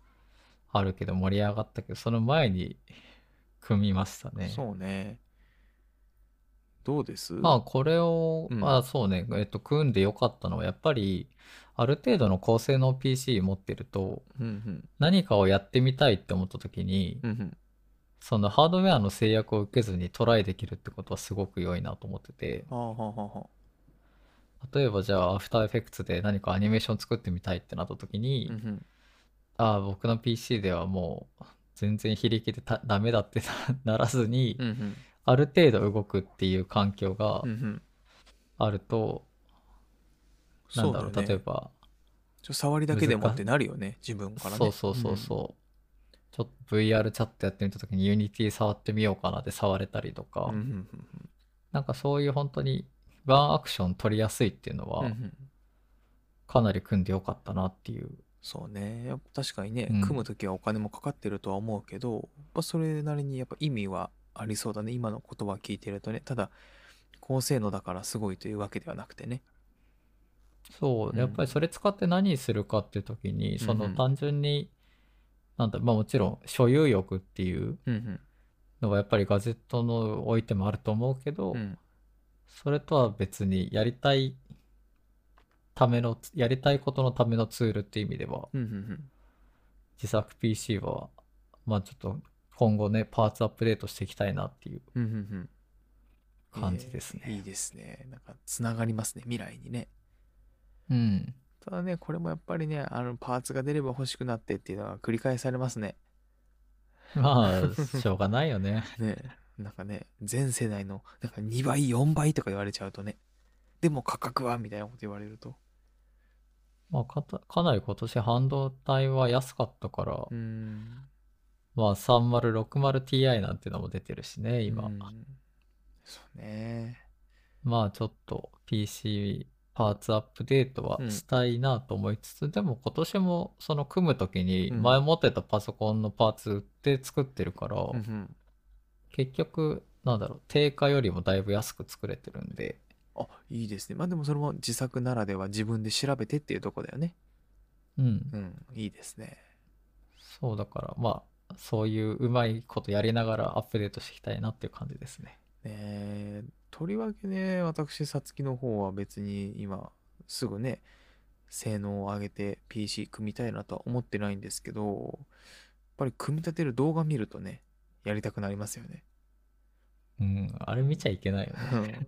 あるけど盛り上がったけど、その前に組みましたね。そうね。どうですまあこれを、うんあそうね、えっと、組んでよかったのは、やっぱり、ある程度の高性能 PC 持ってると、うんうん。何かをやってみたいって思った時に、うんうん。そのハードウェアの制約を受けずにトライできるってことはすごく良いなと思ってて、はあはあはあはあ。例えばじゃあ、アフターエフェクツで何かアニメーション作ってみたいってなった時に、うんうん。ああ、僕の PC ではもう全然非力でたダメだって [laughs] なならずに、うんうん。ある程度動くっていう環境がうんうん。あると、なんだろう、そう例ねえば、ちょ触りだけでも難ってなるよね、自分からね。そうそうそうそう、ちょっと VR チャットやってみた時に Unity 触ってみようかなって触れたりとか、うん。うんうんうんなんかそういう本当にワンアクション取りやすいっていうのうんうは、んかなり組んでよかったなっていう。そうね。やっぱ確かにね、うん組むときはお金もかかってるとは思うけど、やっぱそれなりにやっぱ意味はありそうだね。今の言葉聞いてるとね。ただ、高性能だからすごいというわけではなくてね。そうう、んやっぱりそれ使って何するかっていう時に、そうんうのん単純に、なんだ、まあもちろん所有欲っていううんのはやっぱりガジェットのおいてもあると思うけど、うん。うん。それとは別にやりたいための、やりたいことのためのツールっていう意味では、うんうんうん。自作 PC は、まあちょっと今後ね、パーツアップデートしていきたいなっていううんうんうん。感じですえーいいね。ですね。なんか、つながりますね、未来にね。うん。ただね、これもやっぱりね、あの、パーツが出れば欲しくなってっていうのが繰り返されますね。まあ、しょうがないよね。 [laughs] ねえなんかね全世代のなんか2倍4倍とか言われちゃうとねでも価格はみたいなこと言われるとまあ、かたかなり今年半導体は安かったから、うーんまあ 3060Ti なんてのも出てるしね、今。うーんそうねまあちょっと PC パーツアップデートはうんしたいなと思いつつ、でも今年もその組む時にうん前持ってたパソコンのパーツ売って作ってるから、うんうん結局、なんだろう、定価よりもだいぶ安く作れてるんで、あいいですねまあでもそれも自作ならでは自分で調べてっていうとこだよねうんう。んいいですねそうだから、まあそういううまいことやりながらアップデートしていきたいなっていう感じですね。ねえとりわけね私さつきの方は別に今すぐね性能を上げて PC 組みたいなとは思ってないんですけどやっぱり組み立てる動画見るとねやりたくなりますよねうん、あれ見ちゃいけないよね。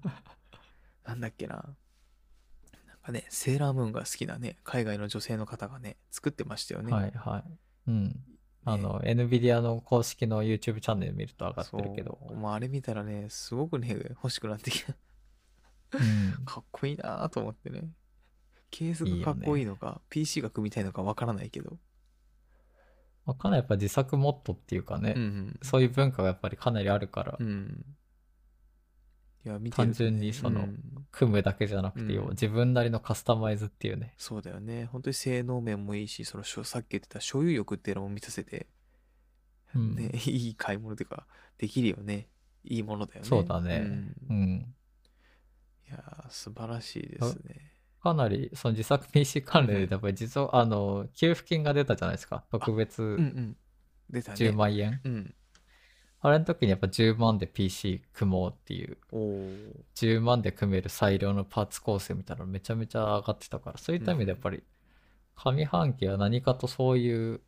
なんだっけななんかねセーラームーンが好きなね海外の女性の方がね作ってましたよね、はいはい。うん。あの、NVIDIA の公式の YouTube チャンネル見ると上がってるけど。そうまああれ見たらねすごくね欲しくなってきた [laughs] うんかっこいいなと思ってねケースいいよがかねっこいいのか PC が組みたいのかわからないけど、まあ、かなりやっぱ自作モッドっていうかね、うんそういう文化がやっぱりかなりあるから、うん、うん、いや見てるとね単純にそのうん組むだけじゃなくて、うん要は自分なりのカスタマイズっていうね。そうだよね本当に性能面もいいしそのしょさっき言ってた所有欲っていうのも満たせて、うんね、 [laughs] いい買い物というかできるよねいいものだよねそうだねんうんいやー素晴らしいですねかなり、その自作 PC 関連で、やっぱり実は、あの、給付金が出たじゃないですか。特別うんうん出たね10万円。うんあれの時にやっぱ10万で PC 組もうっていう、おー10万で組める最良のパーツ構成みたいなのめちゃめちゃ上がってたから、そういった意味でやっぱり、上半期は何かとそういう、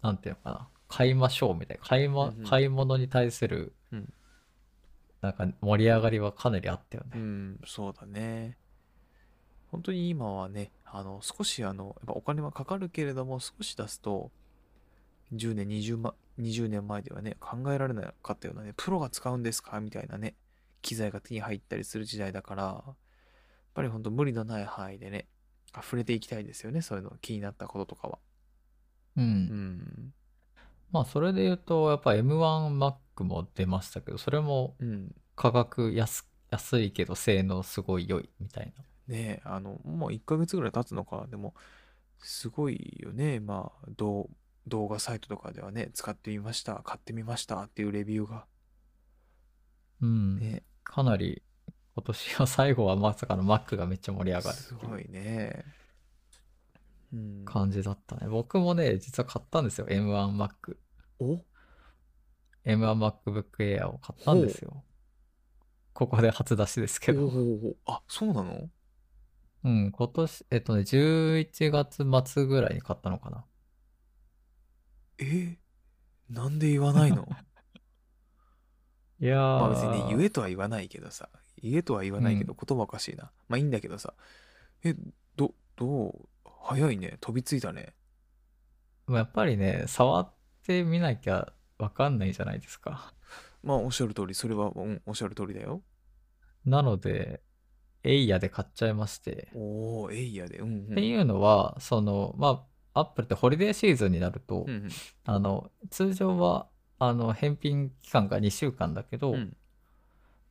なんていうのかな、買いましょうみたいな、買い,、まうんうん買い物に対するうん、なんか盛り上がりはかなりあったようね。ん、そうだね。本当に今はね、あの、少しあの、やっぱお金はかかるけれども、少し出すと、10年、20万、20年前ではね、考えられなかったようなね、プロが使うんですかみたいなね、機材が手に入ったりする時代だから、やっぱり本当無理のない範囲でね、溢れていきたいですよね、そういうの、気になったこととかは。うん。うん、まあ、それで言うと、やっぱ M1Mac も出ましたけど、それもうん。価格安安いけど性能すごい良いみたいな。ねえ、あの、もう1ヶ月ぐらい経つのか、でも、すごいよね。まあ、動動画サイトとかではね、使ってみました、買ってみましたっていうレビューが。うん。ね、かなり今年は最後はまさかの Mac がめっちゃ盛り上がるすごいね。うん。感じだったね。僕もね、実は買ったんですよ。M1Mac。お M1MacBook Air を買ったんですよ。ここで初出しですけおど。おおあ、そうなのうん、今年、えっとね、11月末ぐらいに買ったのかな。えなんで言わない [laughs] のいやーまあ別にね、言えとは言わないけどさ、言えとは言わないけど、言葉おかしいな。まあいいんだけどさ、え、ど、どう、早いね、飛びついたね。まあやっぱりね、触ってみなきゃわかんないじゃないですか。まあおっしゃる通り、それは、うん、おっしゃる通りだよ。なので、エイヤで買っちゃいまして。おお、エイヤで。うんうん。っていうのは、その、まあ、アップルってホリデーシーズンになると、うんうんあの、通常は、あの、返品期間が2週間だけど、うん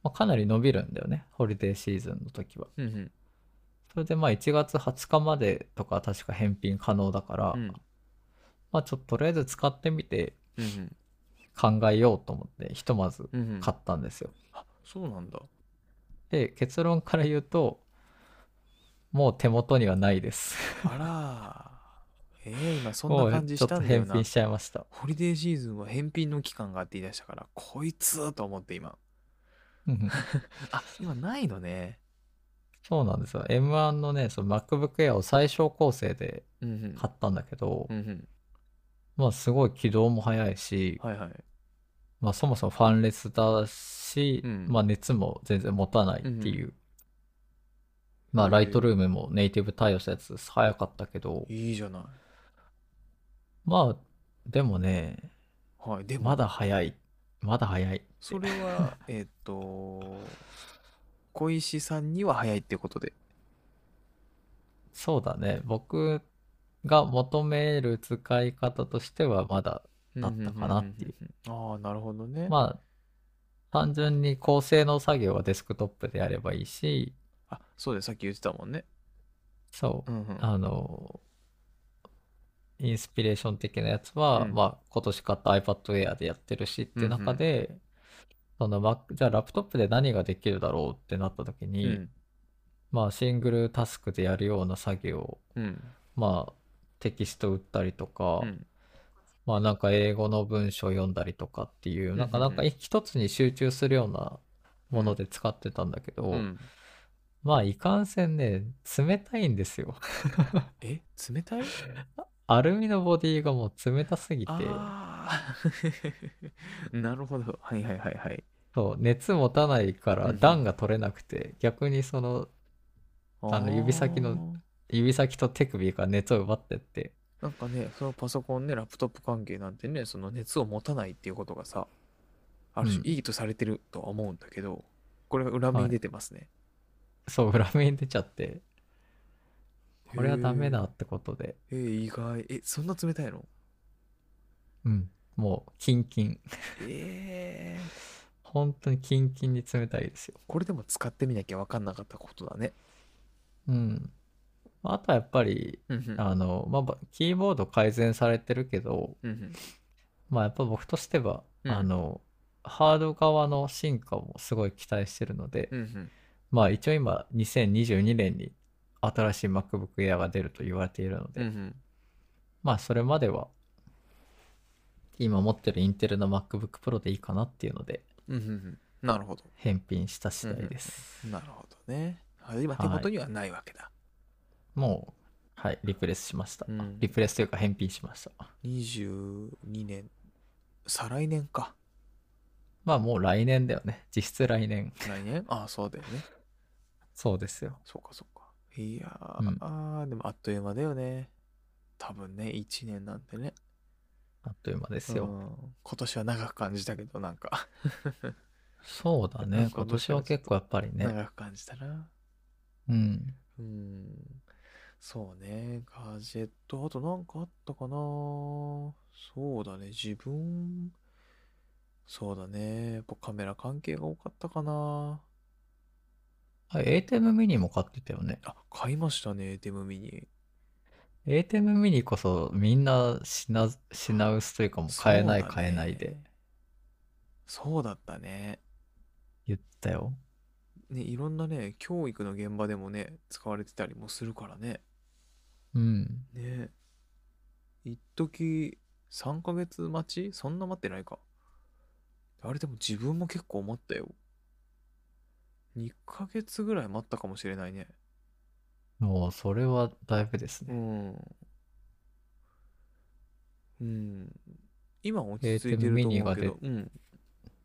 まあ、かなり伸びるんだよね、ホリデーシーズンの時は。うんうんそれでまあ1月20日までとか確か返品可能だから、うんまあちょっととりあえず使ってみてうん考えようと思って、ひとまずうんうん買ったんですよ。あそうなんだ。で、結論から言うと、もう手元にはないです。あらー。えー、今そんもなう感じしたんだちょよっとな返品。しちゃいました。ホリデーシーズンは返品の期間があって言い出したから、こいつーと思って今。うんあ、今ないのね。そうなんですよ。M1 のね、その MacBook Air を最小構成でうんうん。買ったんだけど、うんうん。まあすごい起動も早いし、はいはい。まあそもそもファンレスだし、うんまあ熱も全然持たないっていう。まへあえライトルームもネイティブ対応したやつ早かったけど、いいじゃない。まあでもね、はい。でも、まだ早い。まだ早い。それは、 [laughs] えーっと、小石さんには早いってことで。そうだね。僕が求める使い方としてはまだ、だったかなっていうんうんうんうん。ああ、なるほどね。まあ単純に高性能作業はデスクトップでやればいいし、あ、そうだよ、さっき言ってたもんね。そうう、んうん。あの、インスピレーション的なやつは、うんまあ、今年買った iPad Air でやってるしっていううんう中んで、その Mac じゃあラップトップで何ができるだろうってなった時うに、ん。まあ、シングルタスクでやるような作業を、うん。まあ、テキスト打ったりとか、うんまあ、なんか英語の文章読んだりとかっていう、んなんか、なんかうん一つに集中するようなもので使ってたんだけど、うんまあ、いかんせんね、冷たいんですよ。え冷 [laughs] たいアルミのボディがもう冷たすぎて、ああ [laughs] なるほどはいはいはいはいそう、熱持たないかうんらうん暖が取れなくて、逆にそのあのー指先の指先と手首が熱を奪ってって、なんかねそのパソコンねラップトップ関係なんてねその熱を持たないっていうことがさある種うんいいとされてるとは思うんだけど、これが裏目に出てますね、そう、裏目に出ちゃって、これはダメだへってことで、ええー意外えそんな冷たいのうん、もうキンキン、ええ本当にキンキンに冷たいですよ。これでも使ってみなきゃ分かんなかったことだねうん。あとはやっぱり、うんうんあの、まあば、キーボード改善されてるけど、うんうんまあやっぱ僕としては、うんあの、ハード側の進化もすごい期待してるので、うんうんまあ一応今2022年に新しい MacBook Air が出ると言われているので、うんうんまあそれまでは今持ってるインテルの MacBook Pro でいいかなっていうのでうんうんうんなるほど返品した次第です。なるほどね。あ今手元にはないわけだ。もうはい、リプレスしました。うんリプレスというか返品しました。 22年、再来年か。まあもう来年だよね。実質来年。来年ああ、そうだよね。そうですよ。そうか、そうか。いやー、うんあーでもあっという間だよね。多分ね、1年なんてね。あっという間ですうよ。ん今年は長く感じたけど、なんか、そうだなんね。か今年は結構やっぱりね。長く感じたな。うん。うん。そうね、ガジェット、あとなんかあったかな。そうだね、自分、そうだね、やっぱカメラ関係が多かったかな。あ ATEM ミニも買ってたよね。あ、買いましたね、デムミニ。 ATEM ミニこそみんな品ず、品薄というかもう買えないそうだね買えないで。そうだったね。言ったよ。ね、いろんなね、教育の現場でもね、使われてたりもするからね。うん。ね一時3ヶ月待ちそんな待ってないか。あれでも自分も結構待ったよ。2ヶ月ぐらい待ったかもしれないね。もうそれはだいぶですうね。ん。うん。今落えちー着いてるとでもミニ思うがけ出ど。うん。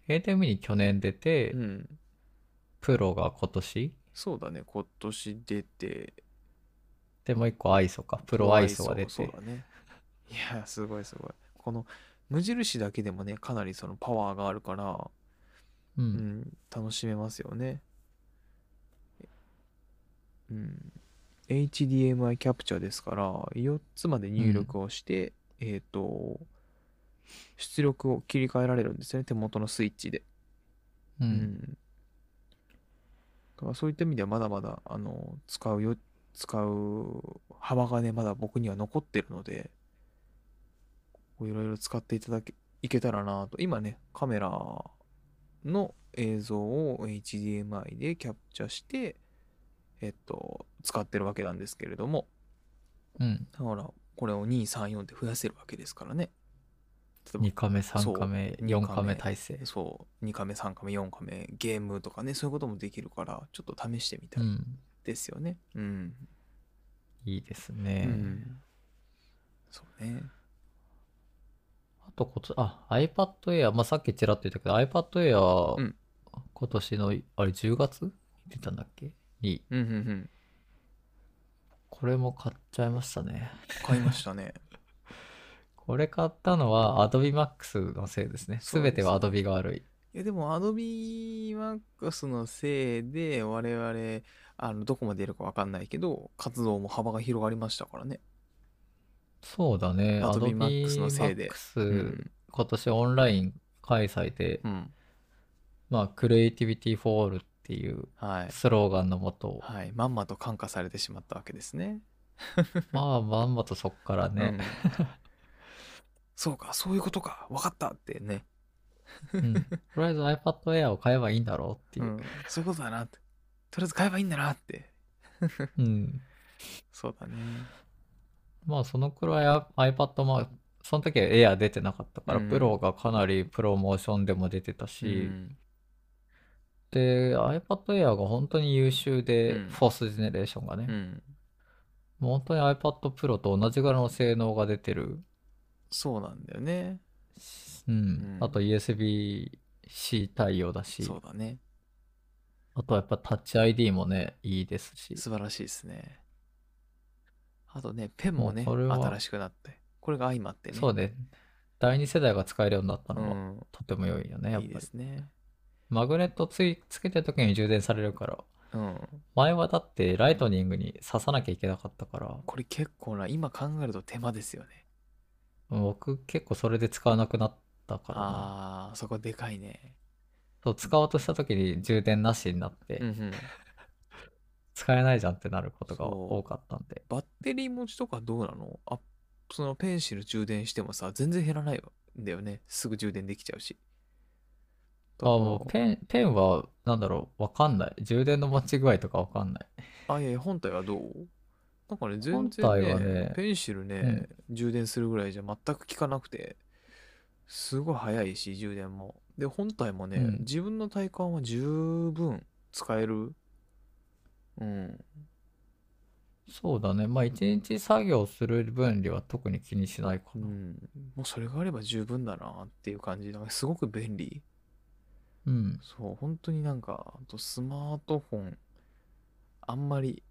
ATEM ミニ去年出て、うん。プロが今年そうだね。今年出て。でもう一個アイソか。プロアイソが出そうて。だね。いや、すごいすごい。この無印だけでもね、かなりそのパワーがあるから、う。うんん、楽しめますよね。うん。HDMI キャプチャーですから、4つまで入力をして、えっと、出力を切り替えられるんですよね、手元のスイッチで。う。うんん。だからそういった意味ではまだまだ、あの、使うよ、使う幅がね、まだ僕には残ってるので、こういろいろ使っていただけ、いけたらなと。今ね、カメラの映像を HDMI でキャプチャして、えっと、使ってるわけなんですけれども、うん。だから、これを2、3、4って増やせるわけですからね。例えば2カメ、3カメ、そう4カメ体制。そう、2カメ、3カメ、4カメ、ゲームとかね、そういうこともできるから、ちょっと試してみたういん。ですよね。うん。いいですうね。んそうね。あとこと、あ、iPad Air、まあ、さっきちらっと言ったけど、iPad Air、うん今年の、あれ、10月出たんだっけに、うんうんうん。これも買っちゃいましたね。買いました [laughs] ね。これ買ったのは Adobe Max のせいですね。すそうですねべては Adobe が悪い。いやでも Adobe Max のせいで我々あのどこまでやるかわかんないけど活動も幅が広がりましたからね。そうだね。 Adobe Max のせいで Max うん。今年オンライン開催で、うん。まあ、クリエイティビティフォールっていうはい。スローガンのもと、はい。まんまと感化されてしまったわけですね。まあ、まんまとそっからね、うん [laughs] そうか、そういうことか、わかったってね。うんとりあえず iPad Air を買えばいいんだろうっていうう。んそういうことだなって。とりあえず買えばいいんだなって。うんそうだね。まあそのくらいあ iPad まあその時は Air 出てなかったから、うんプロがかなりプロモーションでも出てたうし、ん、で iPad Air が本当に優秀で、うんフォースジェネレーションがね、うんもう本当に iPad Pro と同じぐらいの性能が出てる、そうなんだよね。うんんあと USB-C 対応だしそうだね。あとはやっぱタッチ ID もねいいですし素晴らしいですね。あとね、ペンもね、もうこれは新しくなって。これが相まってね。そうで第二世代が使えるようになったうのは、ん。とても良いよねやっいぱいりですね。マグネットついつけてる時に充電されるからうん。前はだってライトニングに刺さなきゃいけなかったからこれ結構な、今考えると手間ですよね。僕結構それで使わなくなったからなああ、そこでかいね。そう使おうとした時に充電なしになって、うんうん。使えないじゃんってなることがそう多かったんでバッテリー持ちとかどうなのあそのペンシル充電してもさ全然減らないんだよねすぐ充電できちゃうしあもうンペンペンはなんだろうわかんない充電の持ち具合とかわかんないあいやいや本体はどうなんかね全本体然ねはねペンシルね、充電するぐらいじゃ全く効かなくてすごい早いし充電もで本体もね、うん自分の体感は十分使えるうんそうだね。まあ、一日作業する分量は特に気にしないかうな。ん、もうそれがあれば十分だなっていう感じなんかすごく便利うん。そう本当になんかあとスマートフォンあんまり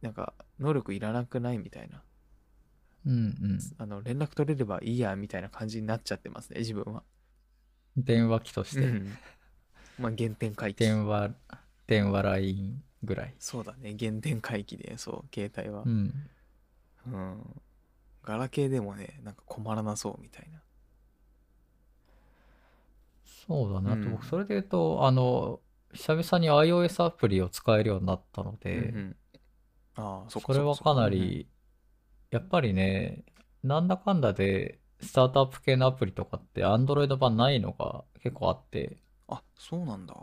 なんか能力いらなくないみたいなうんあの連絡取れればいいやみたいな感じになっちゃってますね自分は、うん。電話機として。うんまあ原点回帰電話、電話 LINE ぐらい。そうだね原点回帰でそう携帯はうん。うん、ガラケーでもねなんか困らなそうみたいなそうだね。あうとん僕、それで言うと、あの、久々に iOS アプリを使えるようになったので、うんうんああそっそれはそっかなうんうんり、やっぱりね、なんだかんだで、スタートアップ系のアプリとかって、Android 版ないのが結構あって、あそうなんだ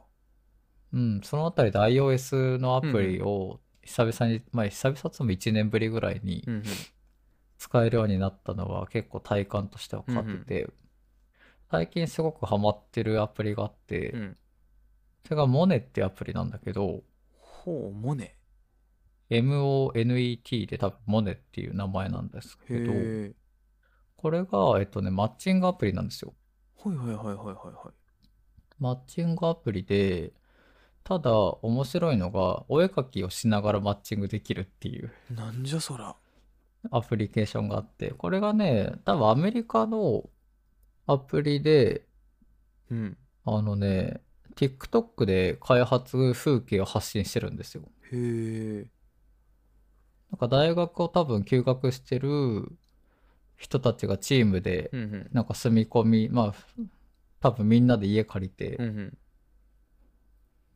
うん、そのあたりで iOS のアプリを久々に、まあ久々っつっても1年ぶりぐらいにうんうん使えるようになったのは結構体感としては変わってて、最近すごくハマってるアプリがあって、うんそれがモネってアプリなんだけど、ほうモネ MONET で多分モネっていう名前なんですへけど、えこれが、えっとね、マッチングアプリなんですよ。はいはいはいはいはいはいマッチングアプリで、ただ面白いのが、お絵描きをしながらマッチングできるっていうなんじゃそらアプリケーションがあって、これがね、多分アメリカのアプリで、うんあのね、TikTok で開発風景を発信してるんですよ。へえなんか大学を多分休学してる人たちがチームで、うんうんなんか住み込み、まあ、多分みんなで家借りて、うんうん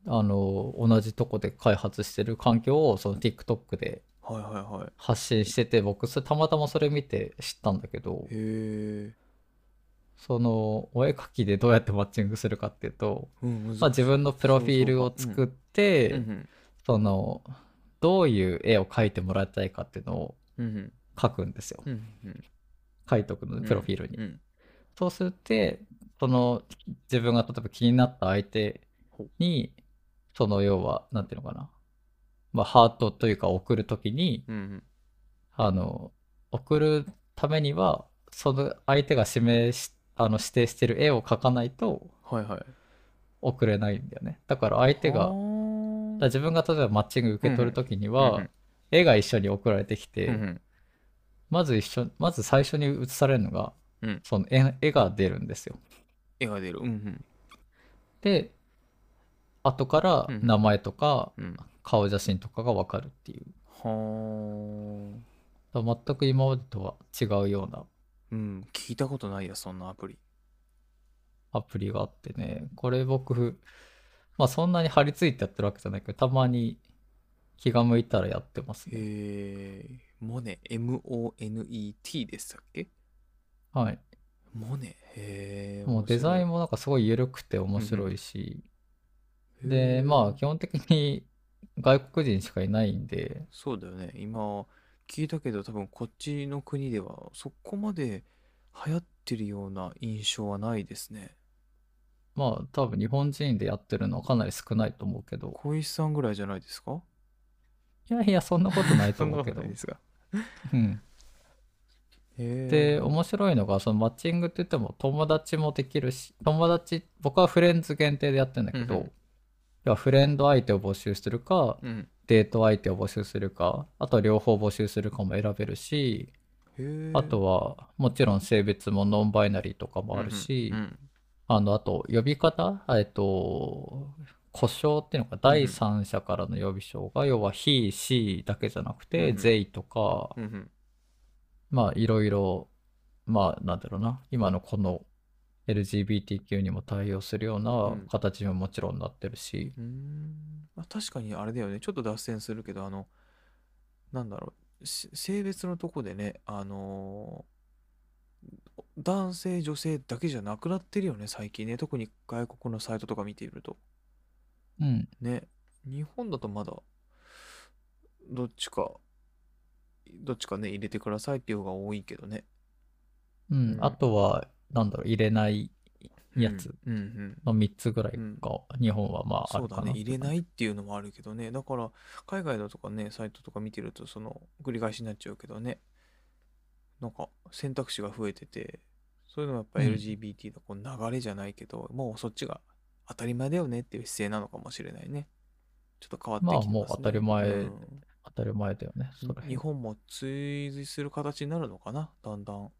あの、同じとこで開発してる環境をその TikTok ではいはいは発信してて、僕、それたまたまそれ見て知ったんだけどい、へえその、お絵描きでどうやってマッチングするかっていうと、うん難しいまあ自分のプロフィールを作っうて、んその、どういう絵を描いてもらいたいかっていうのをうんうん書くんですよ。うんうん書いとくのうんで、プロフィールにう。んそうするって、その、自分が例えば気になった相手に、その、要は、なんていうのかな。まあ、ハートというか送るときに、うんうんあの、送るためには、その相手が指名し、あの指定してる絵を描かないとはいはい送れないんだよね。だから相手が、あだかーら自分が例えばマッチング受け取るときにうんうんは、絵が一緒に送られてきうんうて、んまず一緒、まず最初に写されるのがうん、その絵、絵が出るんですよ。絵が出るうんうんで、後からうん名前とかうん顔写真とかがわかるっていう。はあだから全く今までとは違うようなうん、聞いたことないや、そんなアプリ。アプリがあってね、これ僕、まあそんなに張り付いてやってるわけじゃないけど、たまに気が向いたらやってますね。えー、モネ、M-O-N-E-T でしたっけはい。モネ、へーもうデザインも、もなんかすごい緩くて面白いし、へーで、まあ基本的に外国人しかいないんで、そうだよね、今、聞いたけど、多分こっちの国では、そこまで流行ってるような印象はないですね。まあ多分日本人でやってるのはかなり少ないと思うけど、小石さんぐらいじゃないですかいやいや、そんなことないと [laughs] そんな思こうけとなどい。ですが。うん。へーで、面白いのが、そのマッチングって言っても友達もできるし、友達、僕はフレンズ限定でやってるんだけうんうどん、要はフレンド相手を募集するか、うん。デート相手を募集するか、あとは両方募集するかも選べるし、へーあとはもちろん性別もノンバイナリーとかもあるしうんう、んあの、あと呼び方、あえっと、呼称っていうのか、第三者からの呼び称が、要は he、she だけじゃなくうんうて、ん they とか、うんうんまあいろいろ、まあなんだろうな、今のこの LGBTQ にも対応するようなうん形にももちろんなってるし、うーんまあ、確かにあれだよねちょっと脱線するけどあのなんだろうし性別のとこでねあのー男性女性だけじゃなくなってるよね最近ね特に外国のサイトとか見ているとうん、ね日本だとまだどっちかどっちかね入れてくださいっていう方が多いけどねうん、うんあとは、なんだろう、入れないやつうんうんの3つぐらいが日本はまああそるうかだなねって入れないっていうのもあるけどねだから海外のとかねサイトとか見てるとその繰り返しになっちゃうけどねなんか選択肢が増えててそういうのもやっぱうん LGBT のこう流れじゃないけど、もうそっちが当たり前だよねっていう姿勢なのかもしれないねちょっと変わってきてますねまあもう当たり前うん当たり前だよねそれ日本も追随する形になるのかなだんだん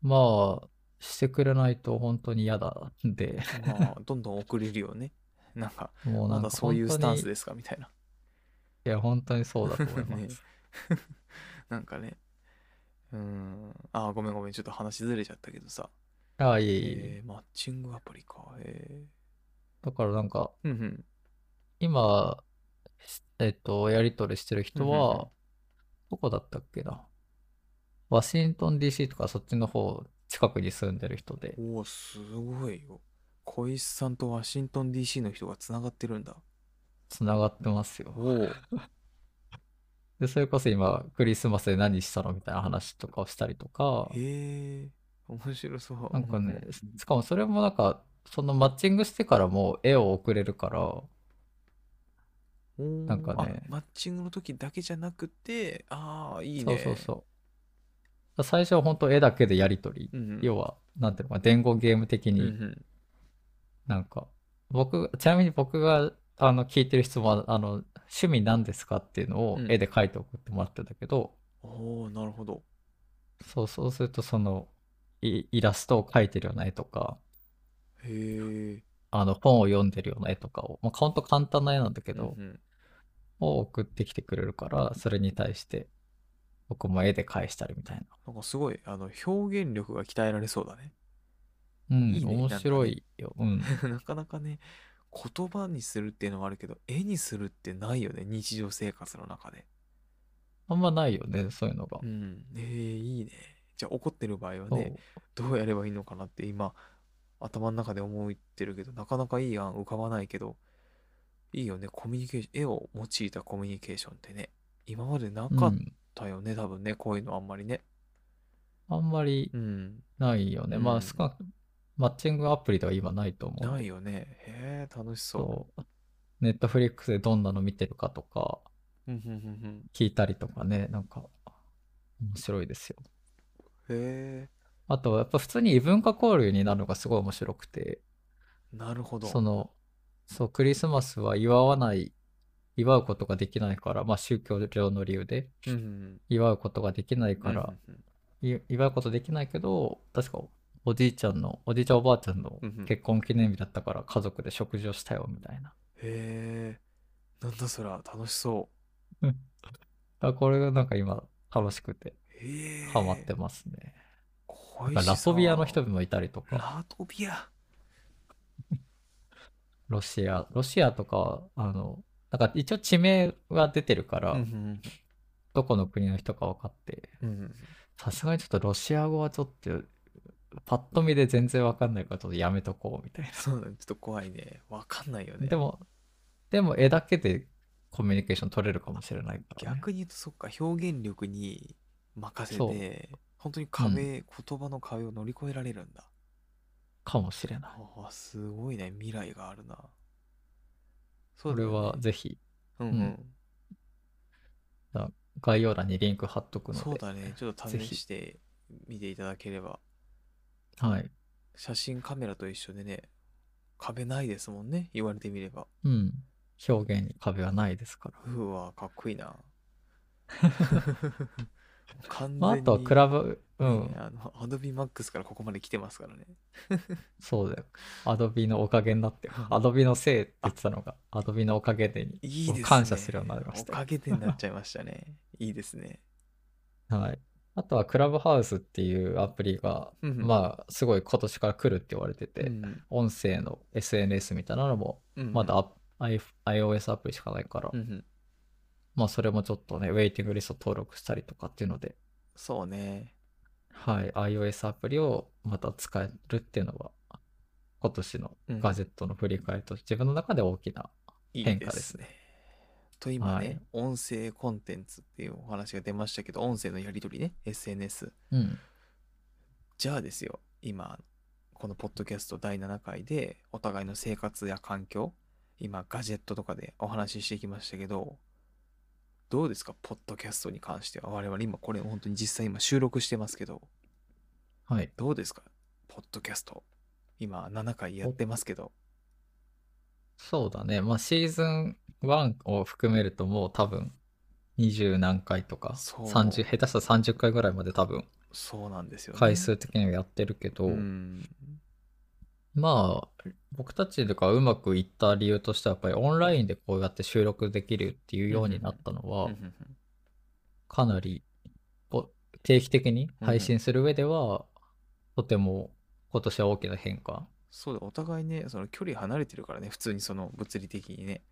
まあしてくれないと本当に嫌だんでまあどんどん遅れるよねなんか [laughs] もうな [laughs] まんだかそういうス本タ当ンにスですかみたいないや本当にそうだと思 [laughs] いねます、なんかね。うーん。あー、ごめんごめん。ちょっと話ずれちゃったけどさ。ああいえいえいええー、マッチングアプリか。えだからなんかー。うんうん。今、しえっと、やり取りしてる人うんうんうんは、どこだったっけな。ワシントン DC とかそっちの方、近くに住んでる人で。おお、すごいよ。小石さんとワシントン DC の人がつながってるんだ。つながってますよ。おお。で、それこそ今、クリスマスで何したのみたいな話とかをしたりとか、へえ。面白そう。なんかね、しかもそれもなんか、そのマッチングしてからも絵を送れるから、うんうん、なんかねおーあマッチングの時だけじゃなくて、ああ、いいそうね。そうそう。最初は本当絵だけでやり取り。うんうん。要は、なんていうのか、伝言ゲーム的うんうに、ん、なんか、僕、ちなみに僕が、あの、聞いてる質問は、あの、趣味なんですかっていうのをうん絵で描いて送ってもらってたけど、おお、なるほど。そう、そうすると、その、イ、イラストを描いてるような絵とか、へえ。あの、本を読んでるような絵とかを、まあ、ほんと簡単な絵なんだけどう、んうんを送ってきてくれるから、それに対して、僕も絵で返したりみたいなんかすごい、あの、表現力が鍛えられそうだね。な。うん、いいね面白いよ。うん。 [laughs] なかなかね、言葉にするっていうのはあるけど、絵にするってないよね、日常生活の中で。あんまないよね、そういうのがう。ん。えー、いいね。じゃあ怒ってる場合はそうね、どうやればいいのかなって今、頭の中で思ってるけど、なかなかいい案浮かばないけど、いいよね、コミュニケーション、絵を用いたコミュニケーションってね、今までなうかっん。たよね、多分ね、こういうのあんまりね。あんまりうん。ないよね。まうんあ、少なく、マッチングアプリでは今ないと思うんでないよね。へえ、楽しそそう。ネットフリックスでどんなの見てるかとか、う。うんうんうんうん。聞いたりとかね、なんか、面白いですよ。へえ、あと、やっぱ普通に異文化交流になるのがすごい面白くて、なるほど。その、そう、クリスマスは祝わない、祝うことができないから、まあ宗教上の理由でうんうん祝うことができないうん。から、うんうんい祝うことできないけど、確かおじいちゃんの、おじいちゃんおばあちゃんのうんうん結婚記念日だったから家族で食事をしたよみたいな。うん。へえ、なんだそら、楽しそあこれがなんか今楽しくてう。へえ。ハマってますね。小ラ石さトんビアの人もいたりとか、ラトビア。ロシア、ロシアとか、あの、なんか一応地名は出てるから、うんどこの国の人か分かって、うんうん。さすがにちょっとロシア語はちょっと、パッと見で全然分かんないから、ちょっとやめとこうみたいな。そうだね、ちょっと怖いね。わかんないよね。でも、でも絵だけでコミュニケーション取れるかもしれないから、ね。逆に言うと、そっか、表現力に任せそうて、本当に壁、言葉の壁を乗り越えられるんだ。かもしれない。ああ、すごいね。未来があるな。そこうだれよねはぜひうん概要欄にリンク貼っとうくん。ので。そうだね。ちょっとぜ試ひしてみていただければ。はい。写真カメラと一緒でね、壁ないですもんね、言われてみれば。うん。表現に壁はないですから。うわ、かっこいい [laughs] な。完まあ、あ全とはにクラブ、うねん、あの、アドビマックスからここまで来てますからね。そうだよ。アドビのおかげになって、アドビのせいって言ってたのが、アドビのおかげでにいいですね。感謝するようになりましおたかよ。げでになっちゃいましたね。いいですね。はい。あとはクラブハウスっていうアプリが、うんうんまあ、すごい今年から来るって言われてて、うん音声の SNS みたいなのも、うんまだ、アップ I- iOS アプリしかないから、うんうんまあ、それもちょっとね、ウェイティングリスト登録したりとかっていうので、そうね。はい、iOS アプリをまた使えるっていうのは、今年のガジェットの振り返りと、自分の中で大きな、いい変で化ですすね。と今ね、はい音声コンテンツっていうお話が出ましたけど、音声のやり取りね、SNS。うん、じゃあですよ、今、このポッドキャスト第7回でお互いの生活や環境今ガジェットとかでお話ししてきましたけどどうですかポッドキャストに関しては我々今これ本当に実際今収録してますけどはい。どうですかポッドキャスト今7回やってますけどそうだね。まあ、シーズン1を含めるともう多分20何回とか、そう30、下手したら30回ぐらいまで多分そうなんですよね回数的にはやってるけど、うんまあ、僕たちがうまくいった理由としては、やっぱりオンラインでこうやって収録できるっていうようになったのはうんう、んうんかなりこう定期的に配信する上では、とても今年は大きな変化。そうだお互いねその距離離れてるからね普通にその物理的にね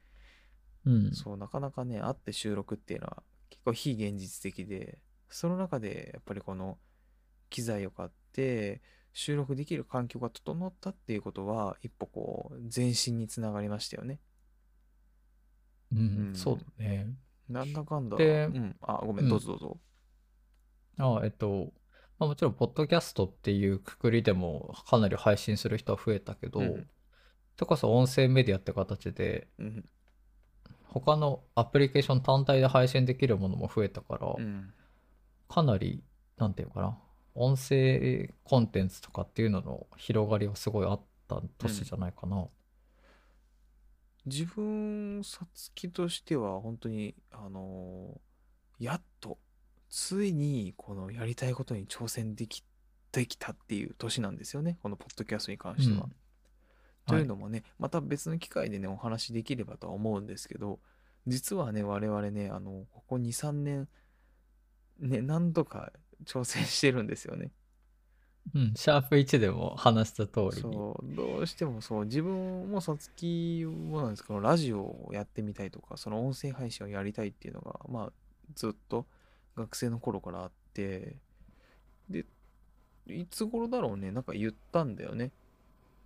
うん。そうなかなかね会って収録っていうのは結構非現実的でその中でやっぱりこの機材を買って収録できる環境が整ったっていうことは一歩こう前進につながりましたよねうんうんそうだね。なんだかんだでうん、あごめんうんどうぞどうぞ、あえっと、まあ、もちろん、ポッドキャストっていうくくりでも、かなり配信する人は増えたけど、うんそれこそ音声メディアって形で、うん他のアプリケーション単体で配信できるものも増えたから、うんかなり、なんていうのかな、音声コンテンツとかっていうのの広がりはすごいあった年じゃないかな。自分さつきとしては本当にあのーやっとついにこのやりたいことに挑戦できできたっていう年なんですよねこのポッドキャストに関しては。うんというのもね、また別の機会でね、お話しできればとは思うんですけど、実はね、我々ね、あの、ここ2、3年、ね、何度か挑戦してるんですよね。うん、シャープ1でも話した通りに。そう、どうしてもそう、自分もさつきもなんですけど、ラジオをやってみたいとか、その音声配信をやりたいっていうのが、まあ、ずっと学生の頃からあって、で、いつ頃だろうね、なんか言ったんだよね。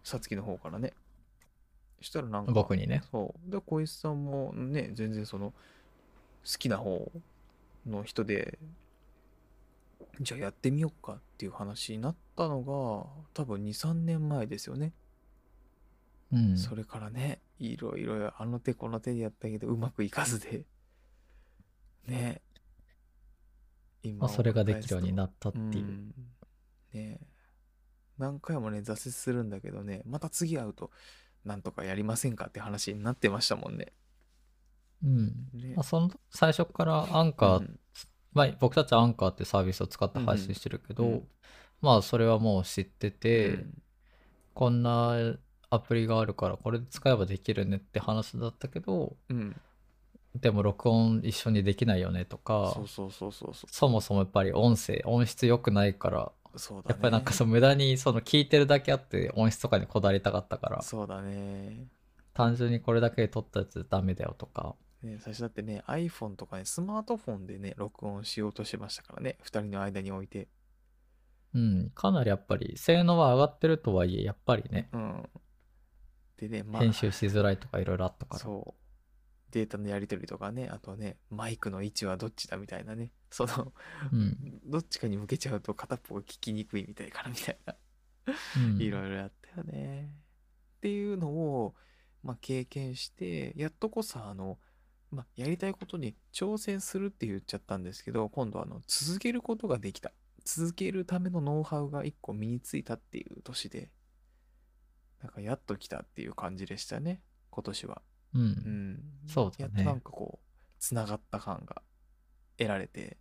さつきの方からね。したらなんか、僕にね。そう。で、小石さんもね、全然その、好きな方の人で、じゃあやってみようかっていう話になったのが、多分2、3年前ですよね。うん。それからね、いろいろあの手この手でやったけど、うまくいかず [laughs] で、ね。今まあ、それができるようにっなったっていう。んねえ何回もね、挫折するんだけどね、また次会うと、なんとかやりませんかって話になってましたもんね。うん。ねまあ、その最初からアンカー、うんまあ、僕たちアンカーってサービスを使って配信してるけど、うんうんまあそれはもう知ってて、うんこんなアプリがあるからこれで使えばできるねって話だったけどうん、でも録音一緒にできないよねとかそうそうそうそうそそもそもやっぱり音声音質良くないからうそうだねやっぱりなんかその無駄にその聞いてるだけあって音質とかにこだわりたかったからそうだね単純にこれだけで撮ったやつダメだよとかね最初だってね iPhone とかねスマートフォンでね録音しようとしてましたからね2人の間に置いてうんかなりやっぱり性能は上がってるとはいえやっぱりねうんでねま編集しづらいとかいろいろあったからそうデータのやり取りとかねあとねマイクの位置はどっちだみたいなねそのうんどっちかに向けちゃうと片っぽが聞きにくいみたいからみたいなうんいろいろやったよね。っていうのを、まあ、経験してやっとこそあの、まあ、やりたいことに挑戦するって言っちゃったんですけど今度あの続けることができた続けるためのノウハウが1個身についたっていう年でなんかやっと来たっていう感じでしたね今年は。うんうん、そうだねやっとなんかこうつながった感が得られて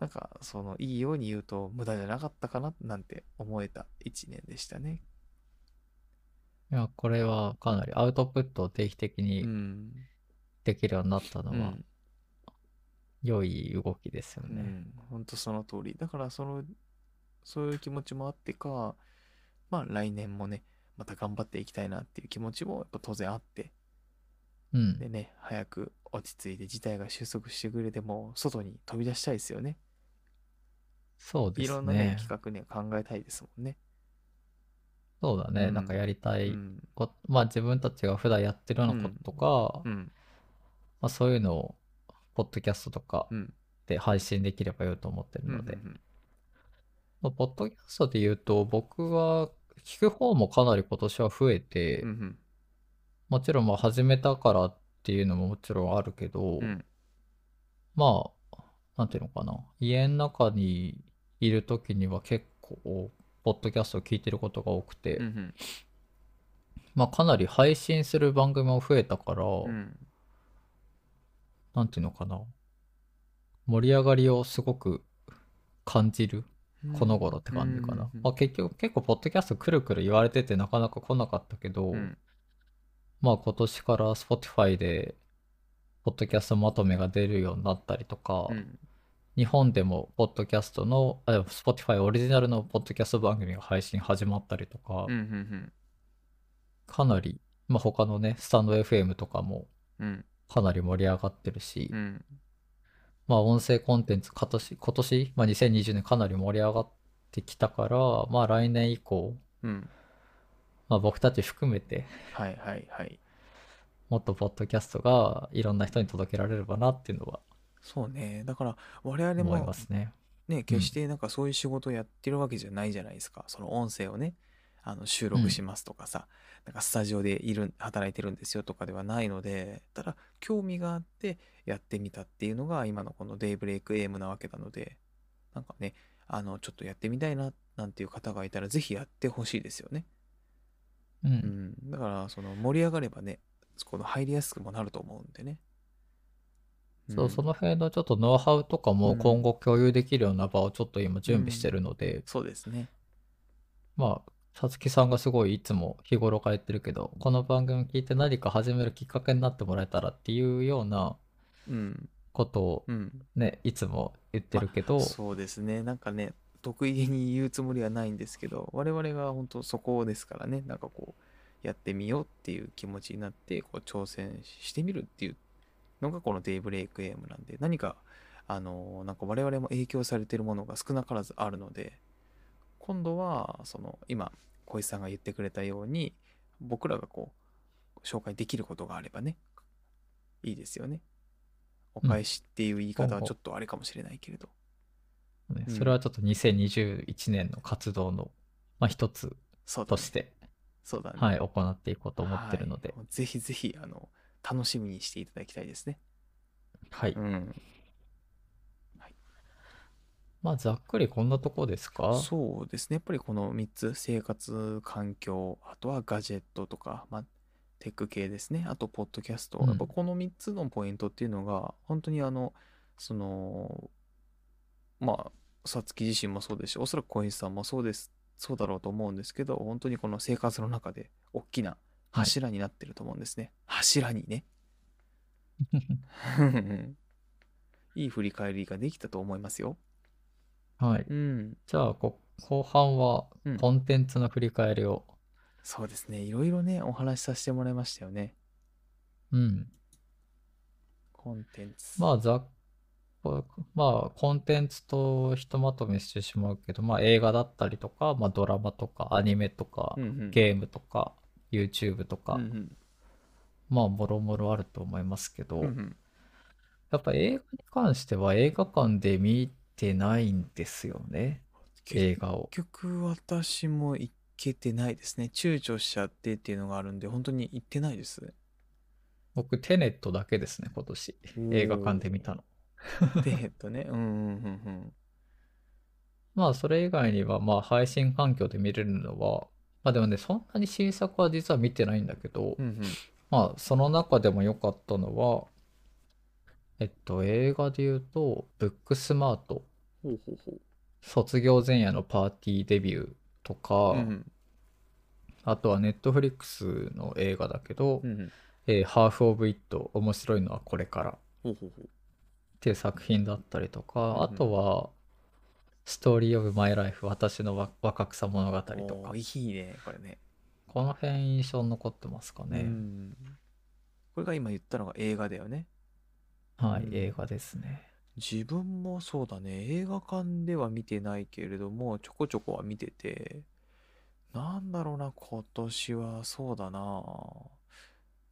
なんかそのいいように言うと無駄じゃなかったかななんて思えた1年でしたね。いや、これはかなりアウトプットを定期的うにん、できるようになったうのはん良い動きですようね。ん、ほんとその通りだからそのそういう気持ちもあってかまあ来年もねまた頑張っていきたいなっていう気持ちもやっぱ当然あってうん。でね早く落ち着いて事態が収束してくれてもう外に飛び出したいですよねそうでいすろんなねね。企画ね考えたいですもんね。そうだね。うんなんかやりたいうんこと、まあ自分たちが普段やってるようなこととか、うんまあそういうのを、ポッドキャストとかうんで配信できればよいと思ってるうんのでう。んまあポッドキャストで言うと、僕は聞く方もかなり今年は増えて、うんうんもちろんまあ始めたからっていうのももちろんあるけど、うんまあ、なんていうのかな。家の中にいる時には結構、ポッドキャストを聞いてることが多くて、うんうんまあかなり配信する番組も増えたから、うんなんていうのかな。盛り上がりをすごく感じる、うんこの頃って感じかうんなうんう。んまあ結局、結構、ポッドキャストくるくる言われててなかなか来なかったけど、うんまあ今年から Spotify で、ポッドキャストまとめが出るようになったりとか、うん日本でも、ポッドキャストの、あ、でも Spotify オリジナルのポッドキャスト番組が配信始まったりとか、うんうんかなり、まあ他のね、スタンド FM とかもうんかなり盛り上がってるし、うんまあ音声コンテンツ、今年、今年、まあ2020年かなり盛り上がってきたから、まあ来年以降、うんまあ僕たち含めて、はいはいはいもっとポッドキャストがいろんな人に届けられればなっていうのはそうねだから我々思いもますね。ね決してなんかそういう仕事をやってるわけじゃないじゃないですかその音声をねあの収うん録しますとかさ、なんかスタジオでいる働いてるんですよとかではないのでただ興味があってやってみたっていうのが今のこの「デイブレイクエーム」なわけなのでなんかねあのちょっとやってみたいななんていう方がいたらぜひやってほしいですよね、う。うんん、だからその盛り上がればねこの入りやすくもなると思うんでね、そうう、んその辺のちょっとノウハウとかも今後共有できるような場をちょっと今準備してるので、そうですねまあ、さつきさんがすごいいつも日頃から言ってるけど、この番組聞いて何か始めるきっかけになってもらえたらっていうようなうんことをうんね、いつも言ってるけど、そうですねなんかね得意げに言うつもりはないんですけど我々が本当そこですからねなんかこうやってみようっていう気持ちになってこう挑戦してみるっていうのがこのデイブレイクエームなんで何かあのなんか我々も影響されてるものが少なからずあるので今度はその今小石さんが言ってくれたように僕らがこう紹介できることがあればねいいですよねお返しっていう言い方はちょっとあれかもしれないけれど、うねんそれはちょっと2021年の活動の、まあ、一つそうだとねして、そうだね。はい、行っていこうと思ってるので、はいぜひぜひ、あの、楽しみにしていただきたいですね。はい。ん。まあ、ざっくりこんなとこですかそうですね。やっぱりこの3つ、生活、環境、あとはガジェットとか、まあ、テック系ですね。あと、ポッドキャスト。うんやっぱこの3つのポイントっていうのが、本当にあの、その、まあ、さつき自身もそうですし、おそらく小石さんもそうです、そうだろうと思うんですけど、本当にこの生活の中で大きな柱になってると思うんですね。柱にね。 [laughs] いい振り返りができたと思いますよ。 [laughs] はい。うん。じゃあこ、後半はうんコンテンツの振り返りを、そうですね。いろいろね、お話しさせてもらいましたよね。うん、コンテンツ。まあ、ざっまあ、コンテンツとひとまとめしてしまうけど、まあ、映画だったりとか、まあ、ドラマとか、アニメとかう、んうん、ゲームとか、YouTube とか、うんうんまあ、もろもろあると思いますけど、うんうんやっぱ映画に関しては映画館で見てないんですよね、映結画を。局、私も行けてないですね。躊躇しちゃってっていうのがあるんで、本当に行ってない [laughs] です。僕、テネットだけですね、今年。映画館 [laughs] で見たの。デートね。うんうんうんうん。まあ、それ以外には、まあ、配信環境で見れるのは、まあでもね、そんなに新作は実は見てないんだけどう、んまあ、その中でも良かったのは、えっと、映画で言うと、ブックスマート、うん。ほうほうほ卒業前夜のパーティーデビューとか、うんうんあとはネットフリックスの映画だけど、うんうん。えーハーフ・オブ・イット、面白いのはこれからっほうほうほう。ていう作品だったりとか、うんあとは、ストーリー・オブ・マイ・ライフ、私のわ若草物語とおか、ーいいね、これね。この辺印象に残ってますかうね。んこれが今言ったのが映画だよね。はうい、ん映画ですね。自分もそうだね映画館では見てないけれどもちょこちょこは見ててなんだろうな今年はそうだな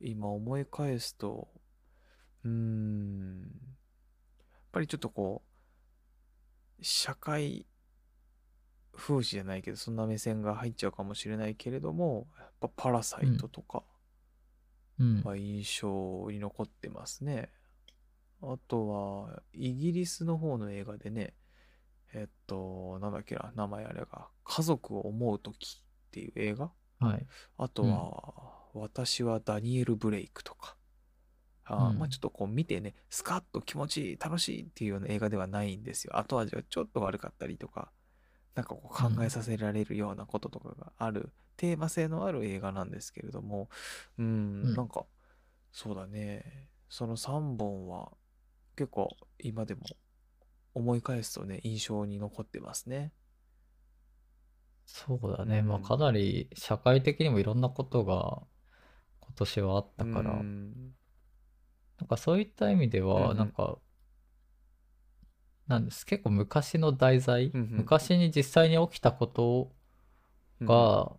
今思い返すとうーんやっぱりちょっとこう社会風刺じゃないけどそんな目線が入っちゃうかもしれないけれどもやっぱ「パラサイト」とかうん。は印象に残ってますね、あとはイギリスの方の映画でねえっとなんだっけな名前あれが「家族を思う時」っていう映画はい。あとは、私はダニエル・ブレイクとか。あーうんまあ、ちょっとこう見てね、スカッと気持ちいい、楽しいっていうような映画ではないんですよ。後味はちょっと悪かったりとか、なんかこう考えさせられるようなこととかがある、テーマ性のある映画なんですけれども、うん、うんなんか、そうだね、その3本は結構今でも思い返すとね、印象に残ってますね。そうだね。まあうんかなり社会的にもいろんなことが今年はあったから、うん、なんかそういった意味でうんうは、んなんか、なんです。結構昔の題材、うんうん昔に実際に起きたことうん、が、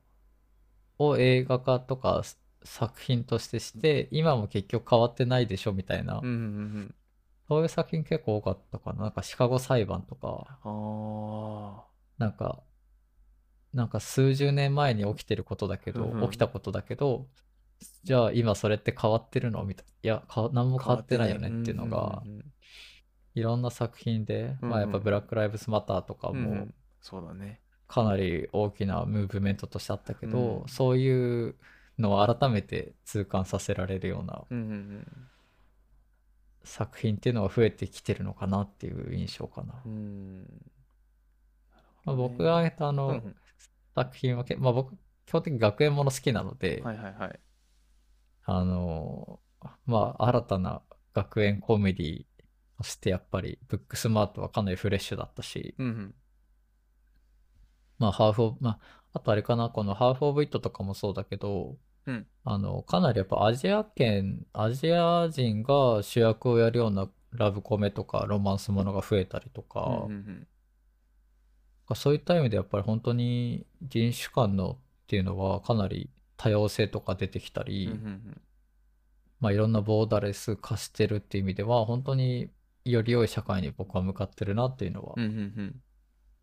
を映画化とかす作品としてして、今も結局変わってないでしょみたいなうん、う、ん、うん。そういう作品結構多かったかな。なんかシカゴ裁判とか、ああ。なんか、なんか数十年前に起きてることだけどうんう、ん起きたことだけど、じゃあ今それって変わってるのみたいな。いや、か何も変わってないよねっていうのが、んんうんいろんな作品で、うんまあやっぱうんブラック・ライブズ・マターとかうんうんもそうだねかなり大きなムーブメントとしてあったけど、うんそういうのを改めて痛感させられるようなうんうんうん作品っていうのが増えてきてるのかなっていう印象かな。うんまねあ、僕が挙げたあの、うん作品はけ、まあ、僕基本的に学園もの好きなのうで、んはいはいはいあのまあ新たな学園コメディとしてやっぱりブックスマートはかなりフレッシュだったし、うんうんまあ、ハーフオブ、まあ、あとあれかな、このハーフオブイットとかもそうだけど、うんあの、かなりやっぱアジア圏、アジア人が主役をやるようなラブコメとかロマンスものが増えたりとか、うんうんそういった意味でやっぱり本当に人種間のっていうのはかなり多様性とか出てきたうり、んうんうんまあ、いろんなボーダレス化してるっていう意味では本当により良い社会に僕は向かってるなっていうのはうんうん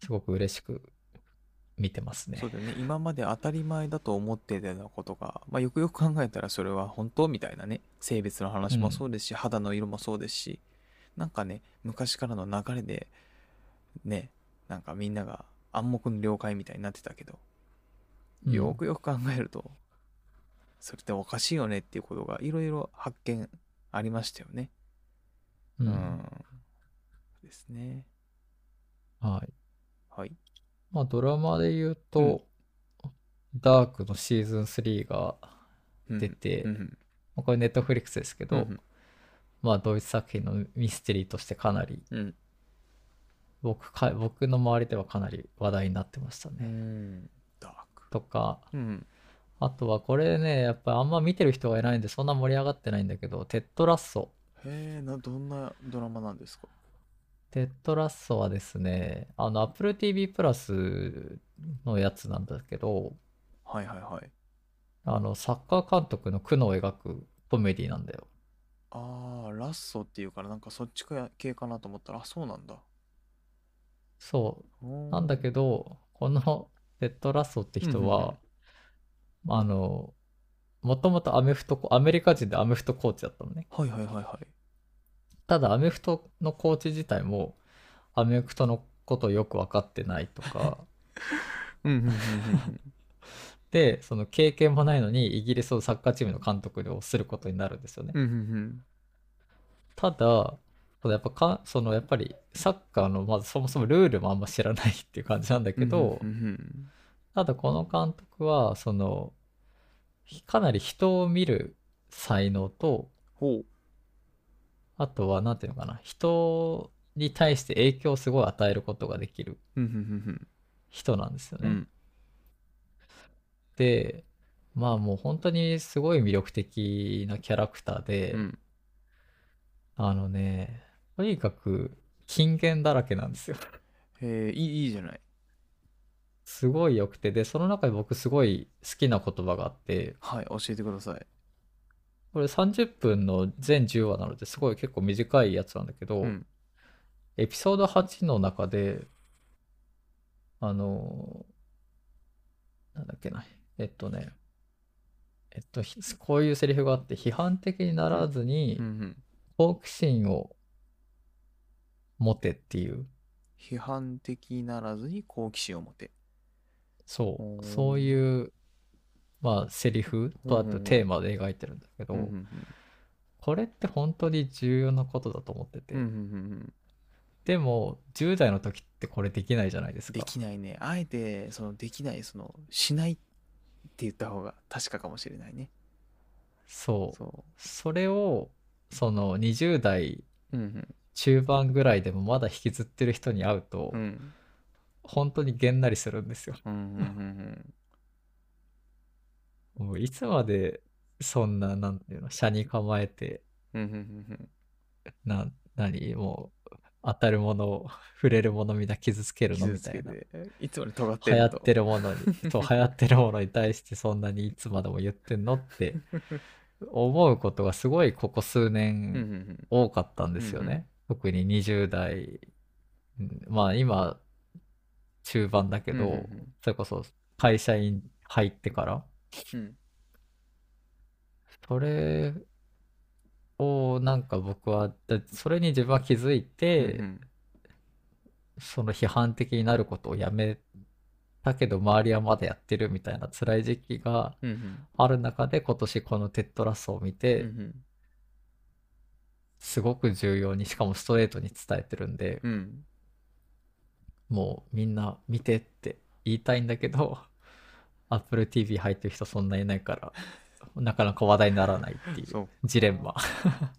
すごく嬉しく見てますうんね。そうだよね今まで当たり前だと思ってたようなことが、まあ、よくよく考えたらそれは本当みたいなね性別の話もそうですし、肌の色もそうですしなんかね昔からの流れでねなんかみんなが暗黙の了解みたいになってたけどうんよくよく考えると、それっておかしいよねっていうことがいろいろ発見ありましたよね。ううんですね。はい。はい。まあ、ドラマで言うと、ダークのシーズン3がうん出て、うんまあこれネットフリックスですけうど、んまあ、ドイツ作品のミステリーとしてかなり、うん僕か、僕の周りではかなり話題になってましたうね。んダーク。とか、うん。あとはこれね、やっぱあんま見てる人がいないんで、そんな盛り上がってないんだけど、テッドラッソ。へえ、な、どんなドラマなんですかテッドラッソはですね、あの、Apple TV プラスのやつなんだけど、はいはいはい。あの、サッカー監督の苦悩を描くコメディなんだよ。ああ、ラッソっていうからなんかそっち系かなと思ったら、あ、そうなんだ。そう。ななんだけど、このテッド・ラッソって人は、あの、もともとアメフトコ、アメリカ人でアメフトコーチだったのね。はいはいはいはい。ただ、アメフトのコーチ自体も、アメフトのことをよく分かってないとか、うんうんうんで、その経験もないのに、イギリスのサッカーチームの監督をすることになるんですよね。うんうんうんただ、そのやっぱか、そのやっぱりサッカーの、まずそもそもルールもあんま知らないっていう感じなんだけど、うんうんただこの監督はそのかなり人を見る才能とほう。あとは何ていうのかな人に対して影響をすごい与えることができるうんうん人なんですようんうね。んでまあもう本当にすごい魅力的なキャラクターで、うん。うん。あのねとにかく金言だらけなんですよ。へえ、いいいいじゃない。すごい良くてでその中で僕すごい好きな言葉があってはい、教えてください。これ30分の全10話なのですごい結構短いやつなんだけど、うん。エピソード8の中で、あの、なんだっけな、えっとね、えっと、ひこういうセリフがあって、批判的にならずにう、んうん。好奇心を持てっていう、批判的ならずに好奇心を持て。そおーう、そういう、まあ、セリフとあうんうんとうんテーマで描いてるんだけうどん、うんこれって本当に重要なことだと思っててうんうん、うんうん。でも、10代の時ってこれできないじゃないですでか。きないね。あえて、その、できない、その、しないって言った方が確かかもしれないね。そう。そそれを、その20代う。うん中盤ぐらいでもまだ引きずってる人に会うと、うん。うん。本当にげんなりするんですよ。うんうんうんもういつまでそんな、なんていうの、車に構えて、うん。うんうんうんな、何、もう、当たるもの、触れるものみんな傷つけうん。るの傷みつたけいな。て、いつまで尖って流る行のってるものに、そう、流行ってるものに対してそんなにいつまでも言ってん [laughs] のって思うことがすごいここ数うんうん年うん。多かったんですようんうんね。特に20代、うんまあ今、中盤だけうんど、それこそ会社員入ってから、うんうん。それをなんか僕は、だそれに自分は気づいうんてう、んその批判的になることをやめたけど、周りはまだやってるみたいな辛い時期がうんうんある中で、今年このテッドラスを見うて、んすごく重要に、しかもストレートに伝えてるんで、うんうんもうみんな見てって言いたいんだけど、Apple TV 入ってる人そんないないから、なかなか話題にならないっていそううジレンマ。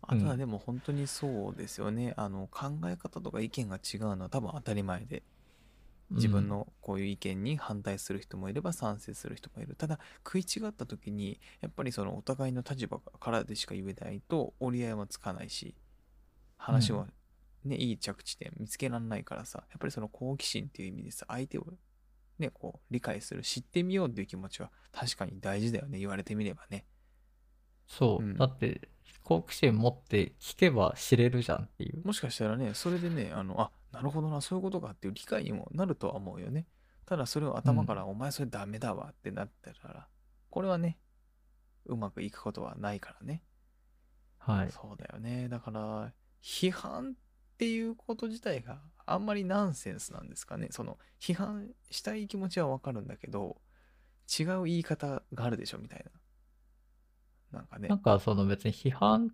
あとうはんでも本当にそうですよね、あの考え方とか意見が違うのは多分当たり前で自分のこういう意見に反対する人もいれば賛成する人もいるただ食い違った時にやっぱりそのお互いの立場からでしか言えないと折り合いはつかないし話はね、いい着地点見つけられないからさやっぱりその好奇心っていう意味でさ相手をねこう理解する知ってみようっていう気持ちは確かに大事だよね言われてみればねそう、うんだって好奇心持って聞けば知れるじゃんっていう。もしかしたらねそれでねあのあなるほどなそういうことかっていう理解にもなるとは思うよねただそれを頭から、お前それダメだわってなったらこれはねうまくいくことはないからね、はい。そうだよねだから批判っていうこと自体があんまりナンセンスなんですかねその批判したい気持ちはわかるんだけど違う言い方があるでしょみたいななんかねなんかその別に批判、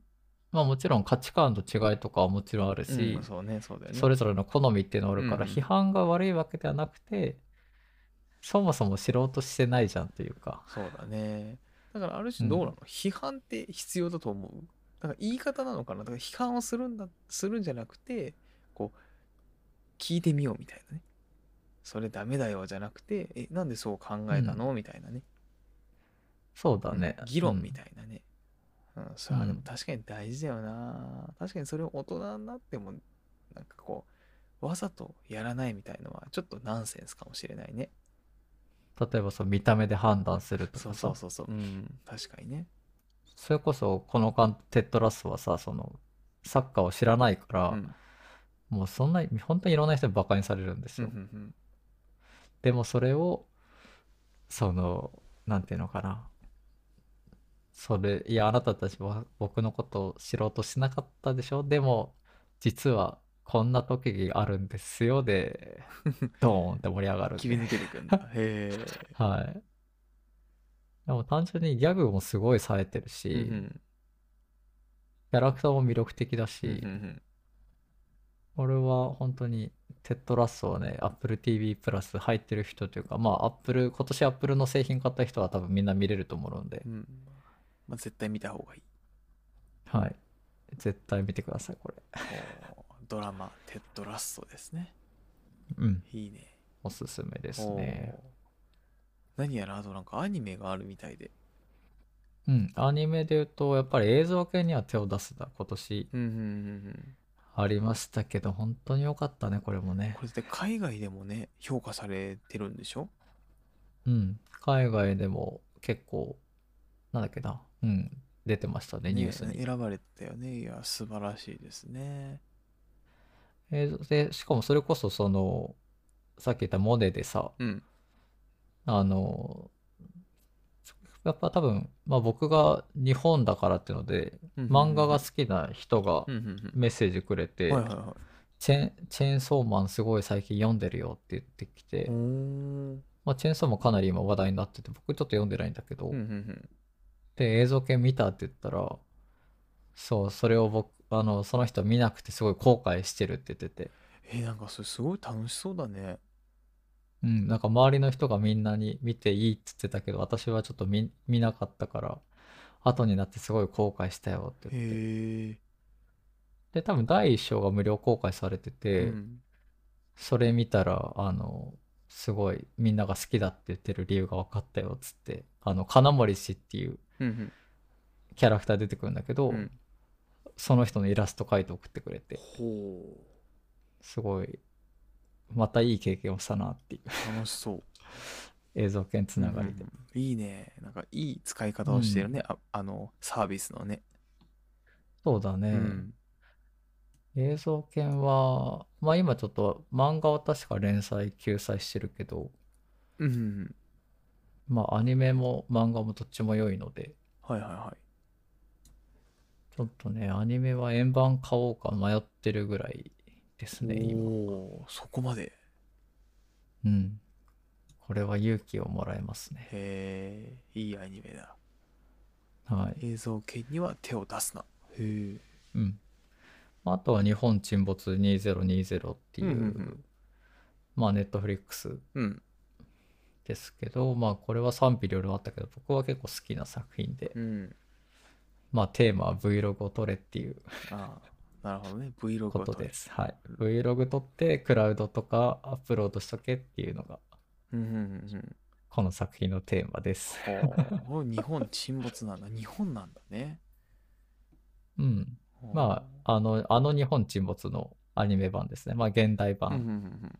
まあもちろん価値観と違いとかはもちろんあるし、うん、そうねそうだよねそれぞれの好みっていうのがあるから、うんうん批判が悪いわけではなくて、そもそも知ろうとしてないじゃんというか。そうだね。だからある種うんどうなの、批判って必要だと思うだから言い方なのかなだから批判をするんだ、するんじゃなくて、こう、聞いてみようみたいなね。それダメだよじゃなくて、え、なんでそう考えたの、みたいなね。そうだね。議論うんみたいなね。うん、それはでうもん確かに大事だよな。確かにそれを大人になっても、なんかこう、わざとやらないみたいのは、ちょっとナンセンスかもしれないね。例えばそう見た目で判断するとかさそうそうそうそう。うん、確かにね。それこそこの間テッドラスはさそのサッカーを知らないから、うん、もうそんな本当にいろんな人にバカにされるんですうん、うよ、んうん。でもそれを、その、なんていうのかな。それ、いや、あなたたちは僕のことを知ろうとしなかったでしょでも、実はこんな特技あるんです [laughs] よで、ドーンって盛り上がるんで切り抜けていくんだ。へえ。はい。でも単純にギャグもすごい冴えてるし、うんうんキャラクターも魅力的だうし、んうん俺は本当にテッドラスをね、Apple TV プラス入ってる人というか、まあ Apple、今年 Apple の製品買った人は多分みんな見れると思うんでう、んまあ、絶対見た方がいい。はい。絶対見てください、これ。おードラマ、テッドラストですね。うん。いいね。おすすめですおーね。何やら、あとなんかアニメがあるみたいで。うん。アニメで言うと、やっぱり映像系には手を出すだ、今年うんうんうんありましたけど、本当に良かったね、これもうん、ねこ。れって海外でもね、評価されてるんでしょうん。海外でも結構、なんだっけな。うん。出てましたね、ニュースに。ね選ばれたよね。いや、素晴らしいですね。えーで、しかもそれこそその、さっき言ったモネでさ、うん。あの、やっぱ多分、まあ僕が日本だからっていうので、漫画が好きな人うがんうんメッセージくれうてん。はいはいはチェンチェーンソーマンすごい最近読んでるよって言ってきい。ておー、うんまあ、チェーンソーもかなり今話題になってて僕ちょっと読んでないんだけど、うんうん。で映像系見たって言ったらそうそれを僕あのその人見なくてすごい後悔してるって言ってて、えーなんかそれすごい楽しそうだね。うん、なんか周りの人がみんなに見ていいって言ってたけど私はちょっと見見なかったから後になってすごい後悔したよって言ってへで多分第一章が無料公開されてえ。て、うんそれ見たらあのすごいみんなが好きだって言ってる理由が分かったよっつってあの金森氏っていううんキャラクター出てくるんだけど、うんうん。その人のイラスト描いて送ってくれてほすごいまたいい経験をしたなっていうう。楽し [laughs] そう。映像系つながりで、うんいいね。なんかいい使い方をしてるね。ああの、サービスのね。そうだうね、ん。映像犬はまあ今ちょっと漫画は確か連載休載してるけどうんうん。まあアニメも漫画もどっちも良いのではいはいはい。ちょっとねアニメは円盤買おうか迷ってるぐらいですね今おーそこまで。へうん。これは勇気をもらえますね。え、いいアニメだ。はい。映像系には手を出すな。へえ。うん。まああとは日本沈没2020っていう、うんまあネットフリックスうんうん。ですけど、まあこれは賛否両論あったけど、僕は結構好きな作品で、うん。うん。まあテーマは Vlog を撮れっていうああ、なるほどね。Vlog をこ撮とるで。す。はい。Vlog 撮って、クラウドとかアップロードしとけっていうのが、うんうんうんうん。この作品のテーマです。おお日本沈没なんだ。日本なんだね。うん。まあ、あの、あの日本沈没のアニメ版ですね。まあ現代あうんうん版。うん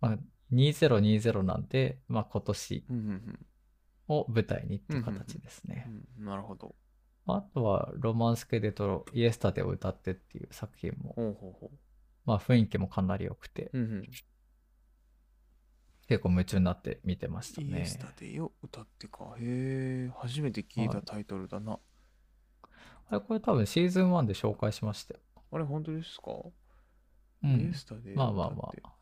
まあ、2020なんで、まあ、今年うんうんうんを舞台にっていう形ですね。うんなるほど。あとは、ロマンス系でとイエスタデを歌ってっていう作品も、ほうほうほまあ、雰囲気もかなり良くて、う。うん結構夢中になって見てましたうん。イエねス。タデイを歌ってか。へえ、初めて聞いはたいタイトルだな。あれ、これ多分シーズン1で紹介しましたよ。あれ、本当ですかうイエん。スタデイをまあ歌まあっまて。あ。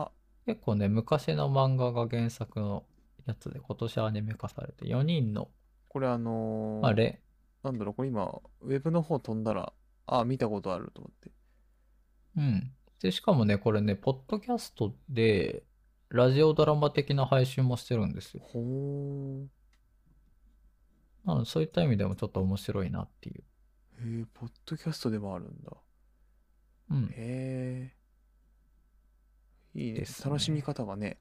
あ結構ね、昔の漫画が原作のやつで、今年アニメ化されて、4人の、これあのーまあ、れなんだろう、これ今、ウェブの方飛んだら、ああ、見たことあると思って。うん。で、しかもね、これね、ポッドキャストで、ラジオドラマ的な配信もしてるんですよ。ほー。なので、そういった意味でもちょっと面白いなっていう。へえ、ポッドキャストでもあるんだ。うん。へえ。いいねですね楽しみ方がね、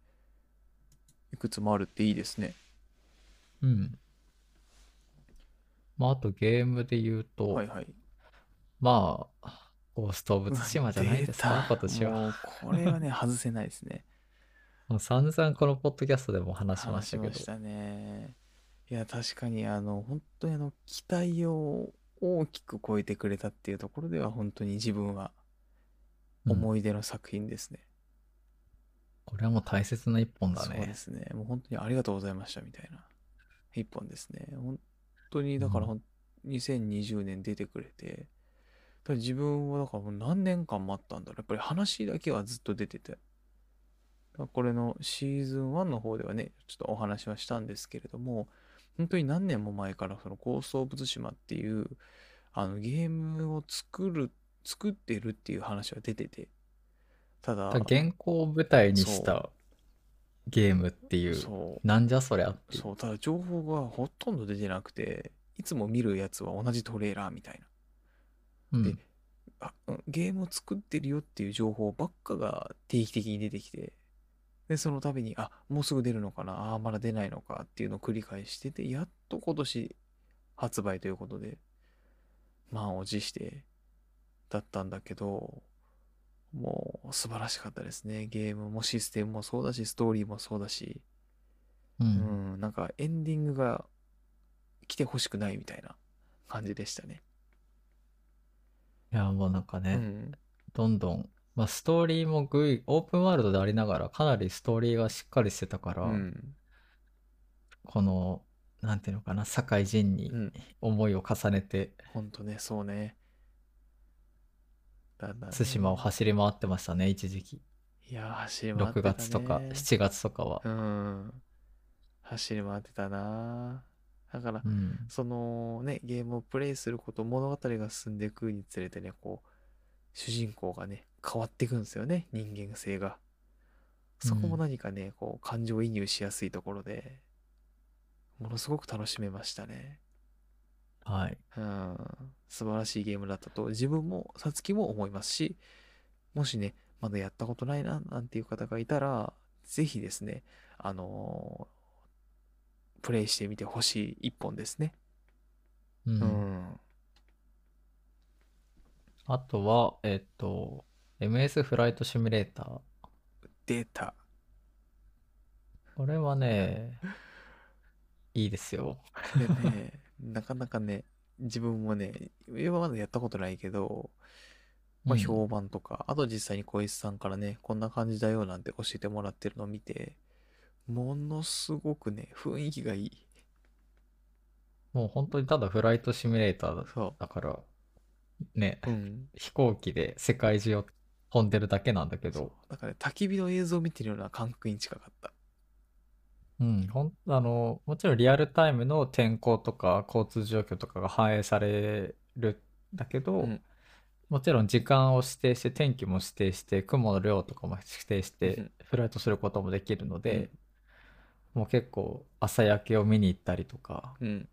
いくつもあるっていいですね。うん。まあ、あとゲームで言うと、はいはい。まあ、ゴースト・オブ・ツシマじゃな [laughs] いですか、今年は。もうこれはね、外せないですね。もう散々このポッドキャストでも話しま話ししたけまど。したね。いや、確かに、あの、本当にあの、期待を大きく超えてくれたっていうところでは、本当に自分はうん思い出の作品ですね。これはもう大切な一本だそうねで。すね。もう本当にありがとうございましたみたいな一本ですね。本当に、だからほん、2020年出てくれて、だから自分はだからもう何年間待ったんだろう。やっぱり話だけはずっと出てて。だからこれのシーズン1の方ではね、ちょっとお話はしたんですけれども、本当に何年も前からそのゴースト・オブ・ツシマっていうあのゲームを作る、作ってるっていう話は出てて、ただ、だから原稿を舞台にしたゲームっていう、そう、なんじゃそりゃっていう。そう、ただ情報がほとんど出てなくて、いつも見るやつは同じトレーラーみたいな。うんであうんゲームを作ってるよっていう情報ばっかが定期的に出てきて、で、その度に、あ、もうすぐ出るのかな、あー、まだ出ないのかっていうのを繰り返してて、やっと今年発売ということで、満を持してだったんだけど、もう素晴らしかったですね。ゲームもシステムもそうだし、ストーリーもそうだし、う。うんん、なんかエンディングが来てほしくないみたいな感じでしたね。いや、もうなんかうね、ん、どんどんまあ、ストーリーもグイオープンワールドでありながらかなりストーリーがしっかりしてたから、うん。このなんていうのかな酒井仁にうん。思いを重ねてほんとね、そうね。だんだんね対馬を走り回ってましたね一時期いやー、走り回って6たね月とか7月とかは、うん。走り回ってたなーだから、うん、そのね、ゲームをプレイすること、物語が進んでいくにつれてね、こう、主人公がね、変わっていくんですよね、人間性が。そこもうん何かね、こう、感情移入しやすいところで、ものすごく楽しめましたね。はいうん、素晴らしいゲームだったと自分もさつきも思いますし、もしね、まだやったことないな、なんていう方がいたら、ぜひですね、あのープレイしてみてほしい一本ですね。うんうん。あとはえっと MS フライトシミュレーター出 [laughs] た。これは [laughs] ねいいですよこれね、なかなかね、自分もね、今まだやったことないけど、まあ、うん評判とか、あと実際に小石さんからね、こんな感じだよなんて教えてもらってるのを見て、ものすごくね、雰囲気がいい。もう本当にただフライトシミュレーターだそだからねう。うん。飛行機で世界中を飛んでるだけなんだけそうど、だから、ね、焚き火の映像を見てるような感覚に近かった。うん、ほんあのもちろんリアルタイムの天候とか交通状況とかが反映されるんだけど、うんもちろん時間を指定して天気も指定して雲の量とかも指定しうてんフライトすることもできるので、もう結構朝焼けを見に行ったりとかうん。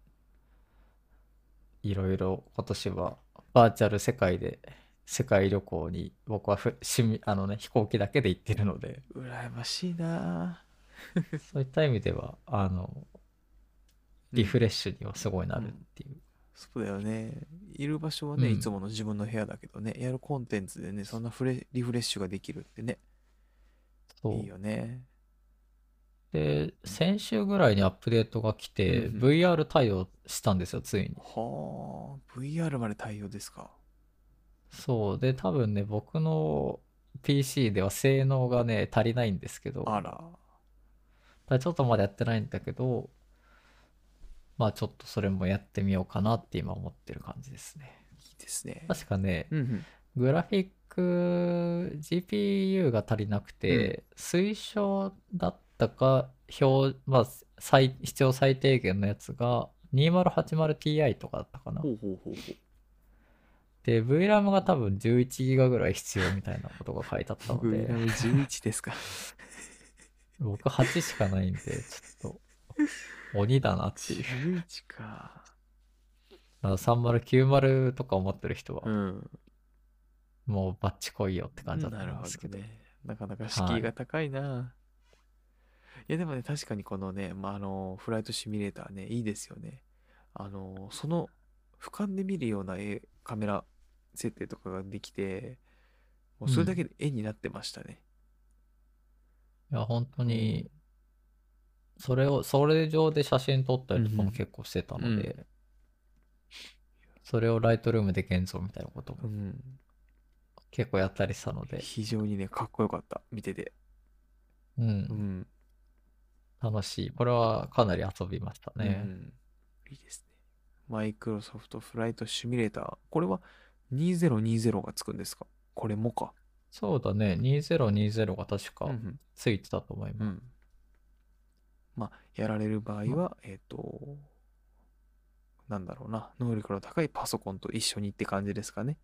いろいろ今年はバーチャル世界で世界旅行に僕はふ趣味あの、ね、飛行機だけで行ってるので。羨ましいなぁそういった意味では、あの、リフレッシュにはすごいなるっていう。そうだよね。いる場所はね、うんいつもの自分の部屋だけどね、やるコンテンツでね、そんなフレリフレッシュができるってね、そういいよね。で、先週ぐらいにアップデートが来て、うんうん VR 対応したんですよ、ついに。はあ、VR まで対応ですか。そう。で、多分ね、僕の PC では性能がね、足りないんですけど、あら。ただちょっとまだやってないんだけど、まあちょっとそれもやってみようかなって今思ってる感じですね。いいですね。確かね、うんうん。グラフィック GPU が足りなくて、推奨だったか表、まあ、最必要最低限のやつが 2080Ti とかだったかな。ほうほうほうほう。で、VRAM が多分 11GB ぐらい必要みたいなことが書いてあったの僕、で、 11です [laughs] か。僕8しかないんで、ちょっと鬼だなっていう。 11か。だから3090とか思ってる人は、うん。もうバッチこいよって感じだったなるんほですけどど。ね。なかなか敷居が高いな。い、や、でもね、確かにこのね、まあ、あの、フライトシミュレーターね、いいですよね。あの、その、俯瞰で見るような絵カメラ設定とかができて、もうそれだけで絵になってましたね。いや、本当に、それを、それ上で写真撮ったりとかうんうもん結構してたうのでん、それをライトルームで現像みたいなことうもん。結構やったりしたので、非常にね、かっこよかった。見てて。う、うんん。楽しい。これはかなり遊びましたうね。ん。いいですね。マイクロソフトフライトシミュレーター。これは2020がつくんですかこれもか。そうだね、2020が確かうんついてたと思いうまん。まあ、やられる場合は、えっ、と、なんだろうな、能力の高いパソコンと一緒にって感じですかね。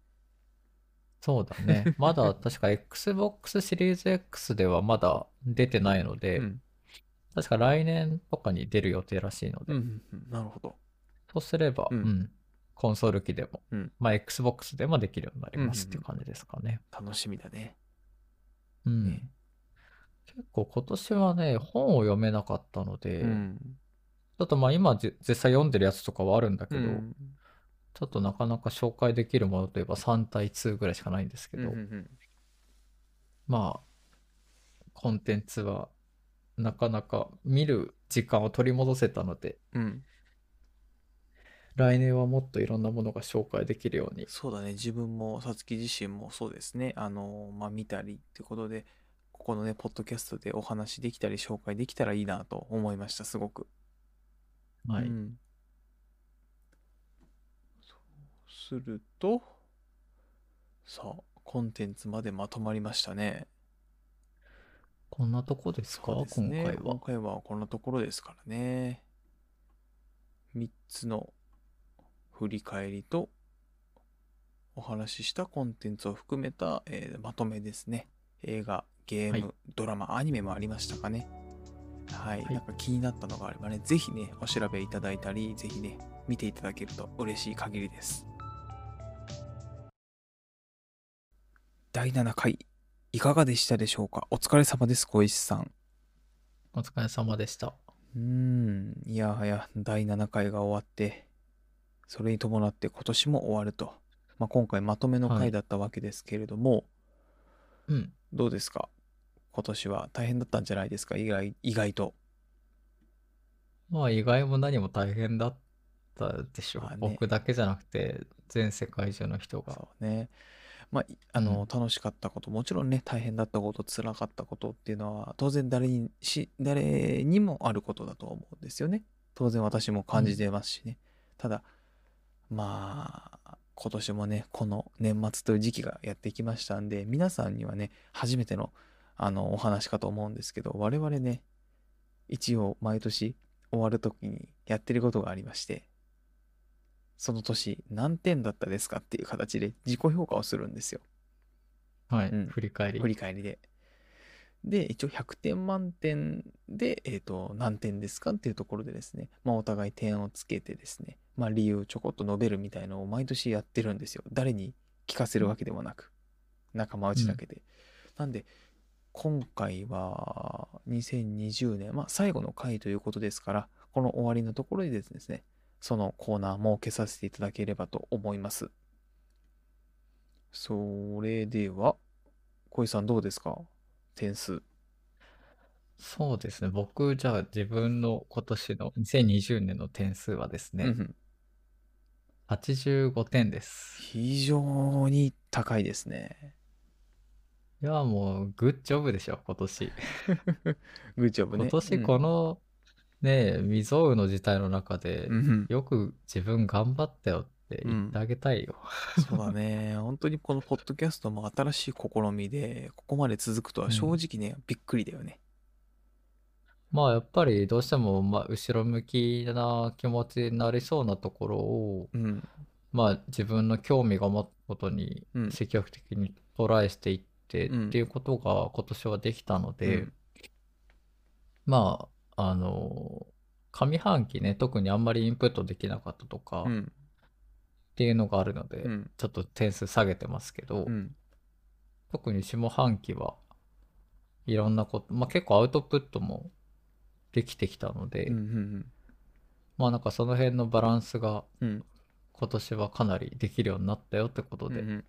す。そうだね。 [laughs] まだ確か Xbox シリーズ X ではまだ出てないのでう、ん。確か来年とかに出る予定らしいのうで、ん、うんなるほど。そうすれば、うんうんコンソール機でも、うんまあ Xbox でもできるようになりまうんうんうすんっていう感じですかね。楽しみだね。うんね結構今年はね、本を読めなかったので、うん。ちょっとまあ今じ実際読んでるやつとかはあるんだけうど、んちょっとなかなか紹介できるものといえば3対2ぐらいしかないんですけうんど、うんうんまあ、コンテンツはなかなか見る時間を取り戻せたので、うん。来年はもっといろんなものが紹介できるように。そうだね、自分も、さつき自身もそうですね、あの、まあ、見たりってことで、ここのね、ポッドキャストでお話できたり、紹介できたらいいなと思いました、すごく。はうい。んそうすると、さあ、コンテンツまでまとまりましたね。こんなとこですかそうですね。今回は今。回はこんなところですからね。3つの振り返りと、お話ししたコンテンツを含めた、えーまとめですね。映画、ゲーム、はいドラマ、アニメもありましたかね。はい、はいなんか気になったのがあればね、ぜひね、お調べいただいたり、ぜひね、見ていただけると嬉しい限りです。第7回、いかがでしたでしょうかお疲れ様です、小石さん。お疲れ様でした。うーん、いやはや、第7回が終わって、それに伴って今年も終わると。まあ、今回まとめのは回いだったわけですけれども、うん。どうですか今年は大変だったんじゃないですか意外意外と。まあ意外も何も大変だったでしょう。まあね僕だけじゃなくて全世界中の人が。そうね。まあ、いあの、楽しかったこと、もちろんね、大変だったこと、辛かったことっていうのは、当然誰にし、誰にもあることだと思うんですよね。当然私も感じてますしね。ただ、まあ、今年もね、この年末という時期がやってきましたんで、皆さんにはね、初めての、あの、お話かと思うんですけど、我々ね、一応毎年終わるときにやってることがありまして、その年何点だったですかっていう形で自己評価をするんですよ。はい。うん振り返り。振り返りで。で、一応100点満点で、えっ、と、何点ですかっていうところでですね、まあお互い点をつけてですね、まあ理由をちょこっと述べるみたいのを毎年やってるんですよ。誰に聞かせるわけでもなく、仲間内だけで。なんで、今回は2020年、まあ最後の回ということですから、この終わりのところでですね、そのコーナー設けさせていただければと思います。それでは、小井さんどうですか点数。そうですね。僕じゃあ自分の今年の2020年の点数はですね、うんうん85点です。非常に高いです [laughs] ね。いやもうグッジョブでしょ、今年。グッジョブね。今年うこんのね、未曾有の事態の中で、うんうんよく自分頑張ったよって言ってあげたいよ。そうだね。本当にこのポッドキャストも新しい試みで、ここまで続くとは正直ね、びっくりだよね。まあやっぱりどうしても、まあ、後ろ向きな気持ちになりそうなところを、うん。まあ自分の興味が持つことにうん積極的にトライしていってっうんていうことが今年はできたのうでん、まああの上半期ね特にあんまりインプットできなかったとかうっん。ていうのがあるので、うん。ちょっと点数下げてますけうど、ん。特に下半期はいろんなこと、まあ、結構アウトプットもできてきたので、うん。うんまあなんかその辺のバランスがうん。今年はかなりできるようになったよってことうで、ん。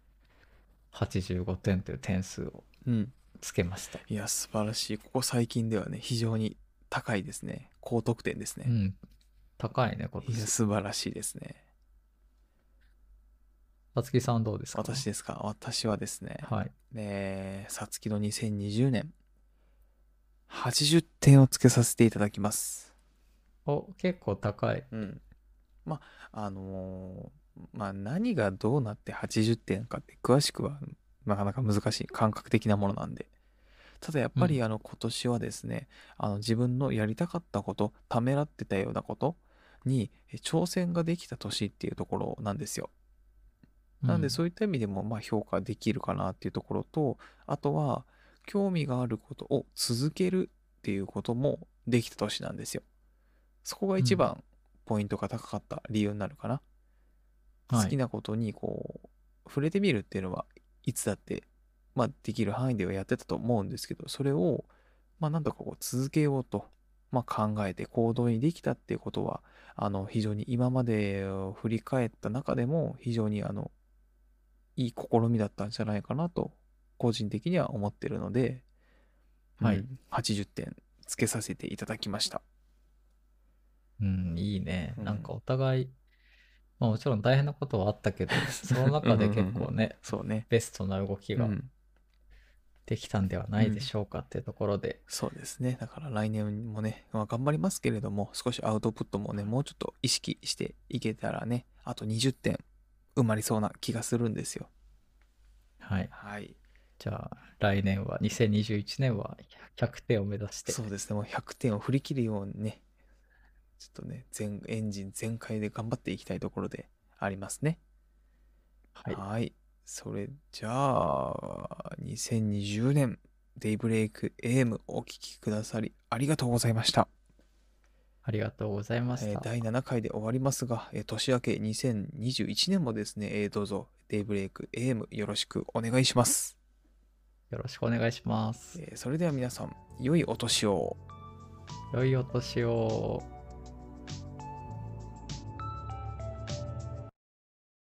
85点という点数をうん。つけました。いや、素晴らしい。ここ最近ではね、非常に高いですね。高得点ですうね。ん。高いね、今いや、年。素晴らしいですね。さつきさんどうですか私ですか私はですね、はい。えー、さつきの2020年、80点をつけさせていただきます。お、結構高い。うん。まあ、あのーまあ、何がどうなって80点かって、詳しくはなかなか難しい、感覚的なものなんで。ただやっぱり、うあの、今年はですね、あの、自分のやりたかったこと、ためらってたようなことに、え挑戦ができた年っていうところなんですよ。なんでそうういった意味でもまあ評価できるかなっていうところとあとは興味があることを続けるっていうこともできた年なんですよ。そこが一うん番ポイントが高かった理由になるかな。ん、好きなことにこう触れてみるっていうのはいつだって、まあ、できる範囲ではやってたと思うんですけどそれを、まあ、なんとかこう続けようと、まあ、考えて行動にできたっていうことはあの非常に今までを振り返った中でも非常にあのいい試みだったんじゃないかなと個人的には思ってるので、はいうん80点つけさせていただきました。はい。うん、いいね。うんなんかお互いまあ、もちろん大変なことはあったけ [laughs] ど、その中で結構ね、そうね。ベストな動きうがん。できたんではないでしょうかっていうところで、そうですね。だから来年もね、まあ、頑張りますけれども、少しアウトプットもね、もうちょっと意識していけたらね、あと20点埋まりそうな気がするんですよ。はい。はい。じゃあ、来年は、2021年は100点を目指して、そうですね。もう100点を振り切るようにね、ちょっとね、全エンジン全開で頑張っていきたいところでありますね。はい。はい。それじゃあ、2020年デイブレイク AM お聞きくださりありがとうございました。ありがとうございましえたー。第7回で終わりますが、えー年明け2021年もですね、えーどうぞデイブレイク AM よろしくお願いします。よろしくお願いします。えーそれでは皆さん、良いお年を。良いお年を。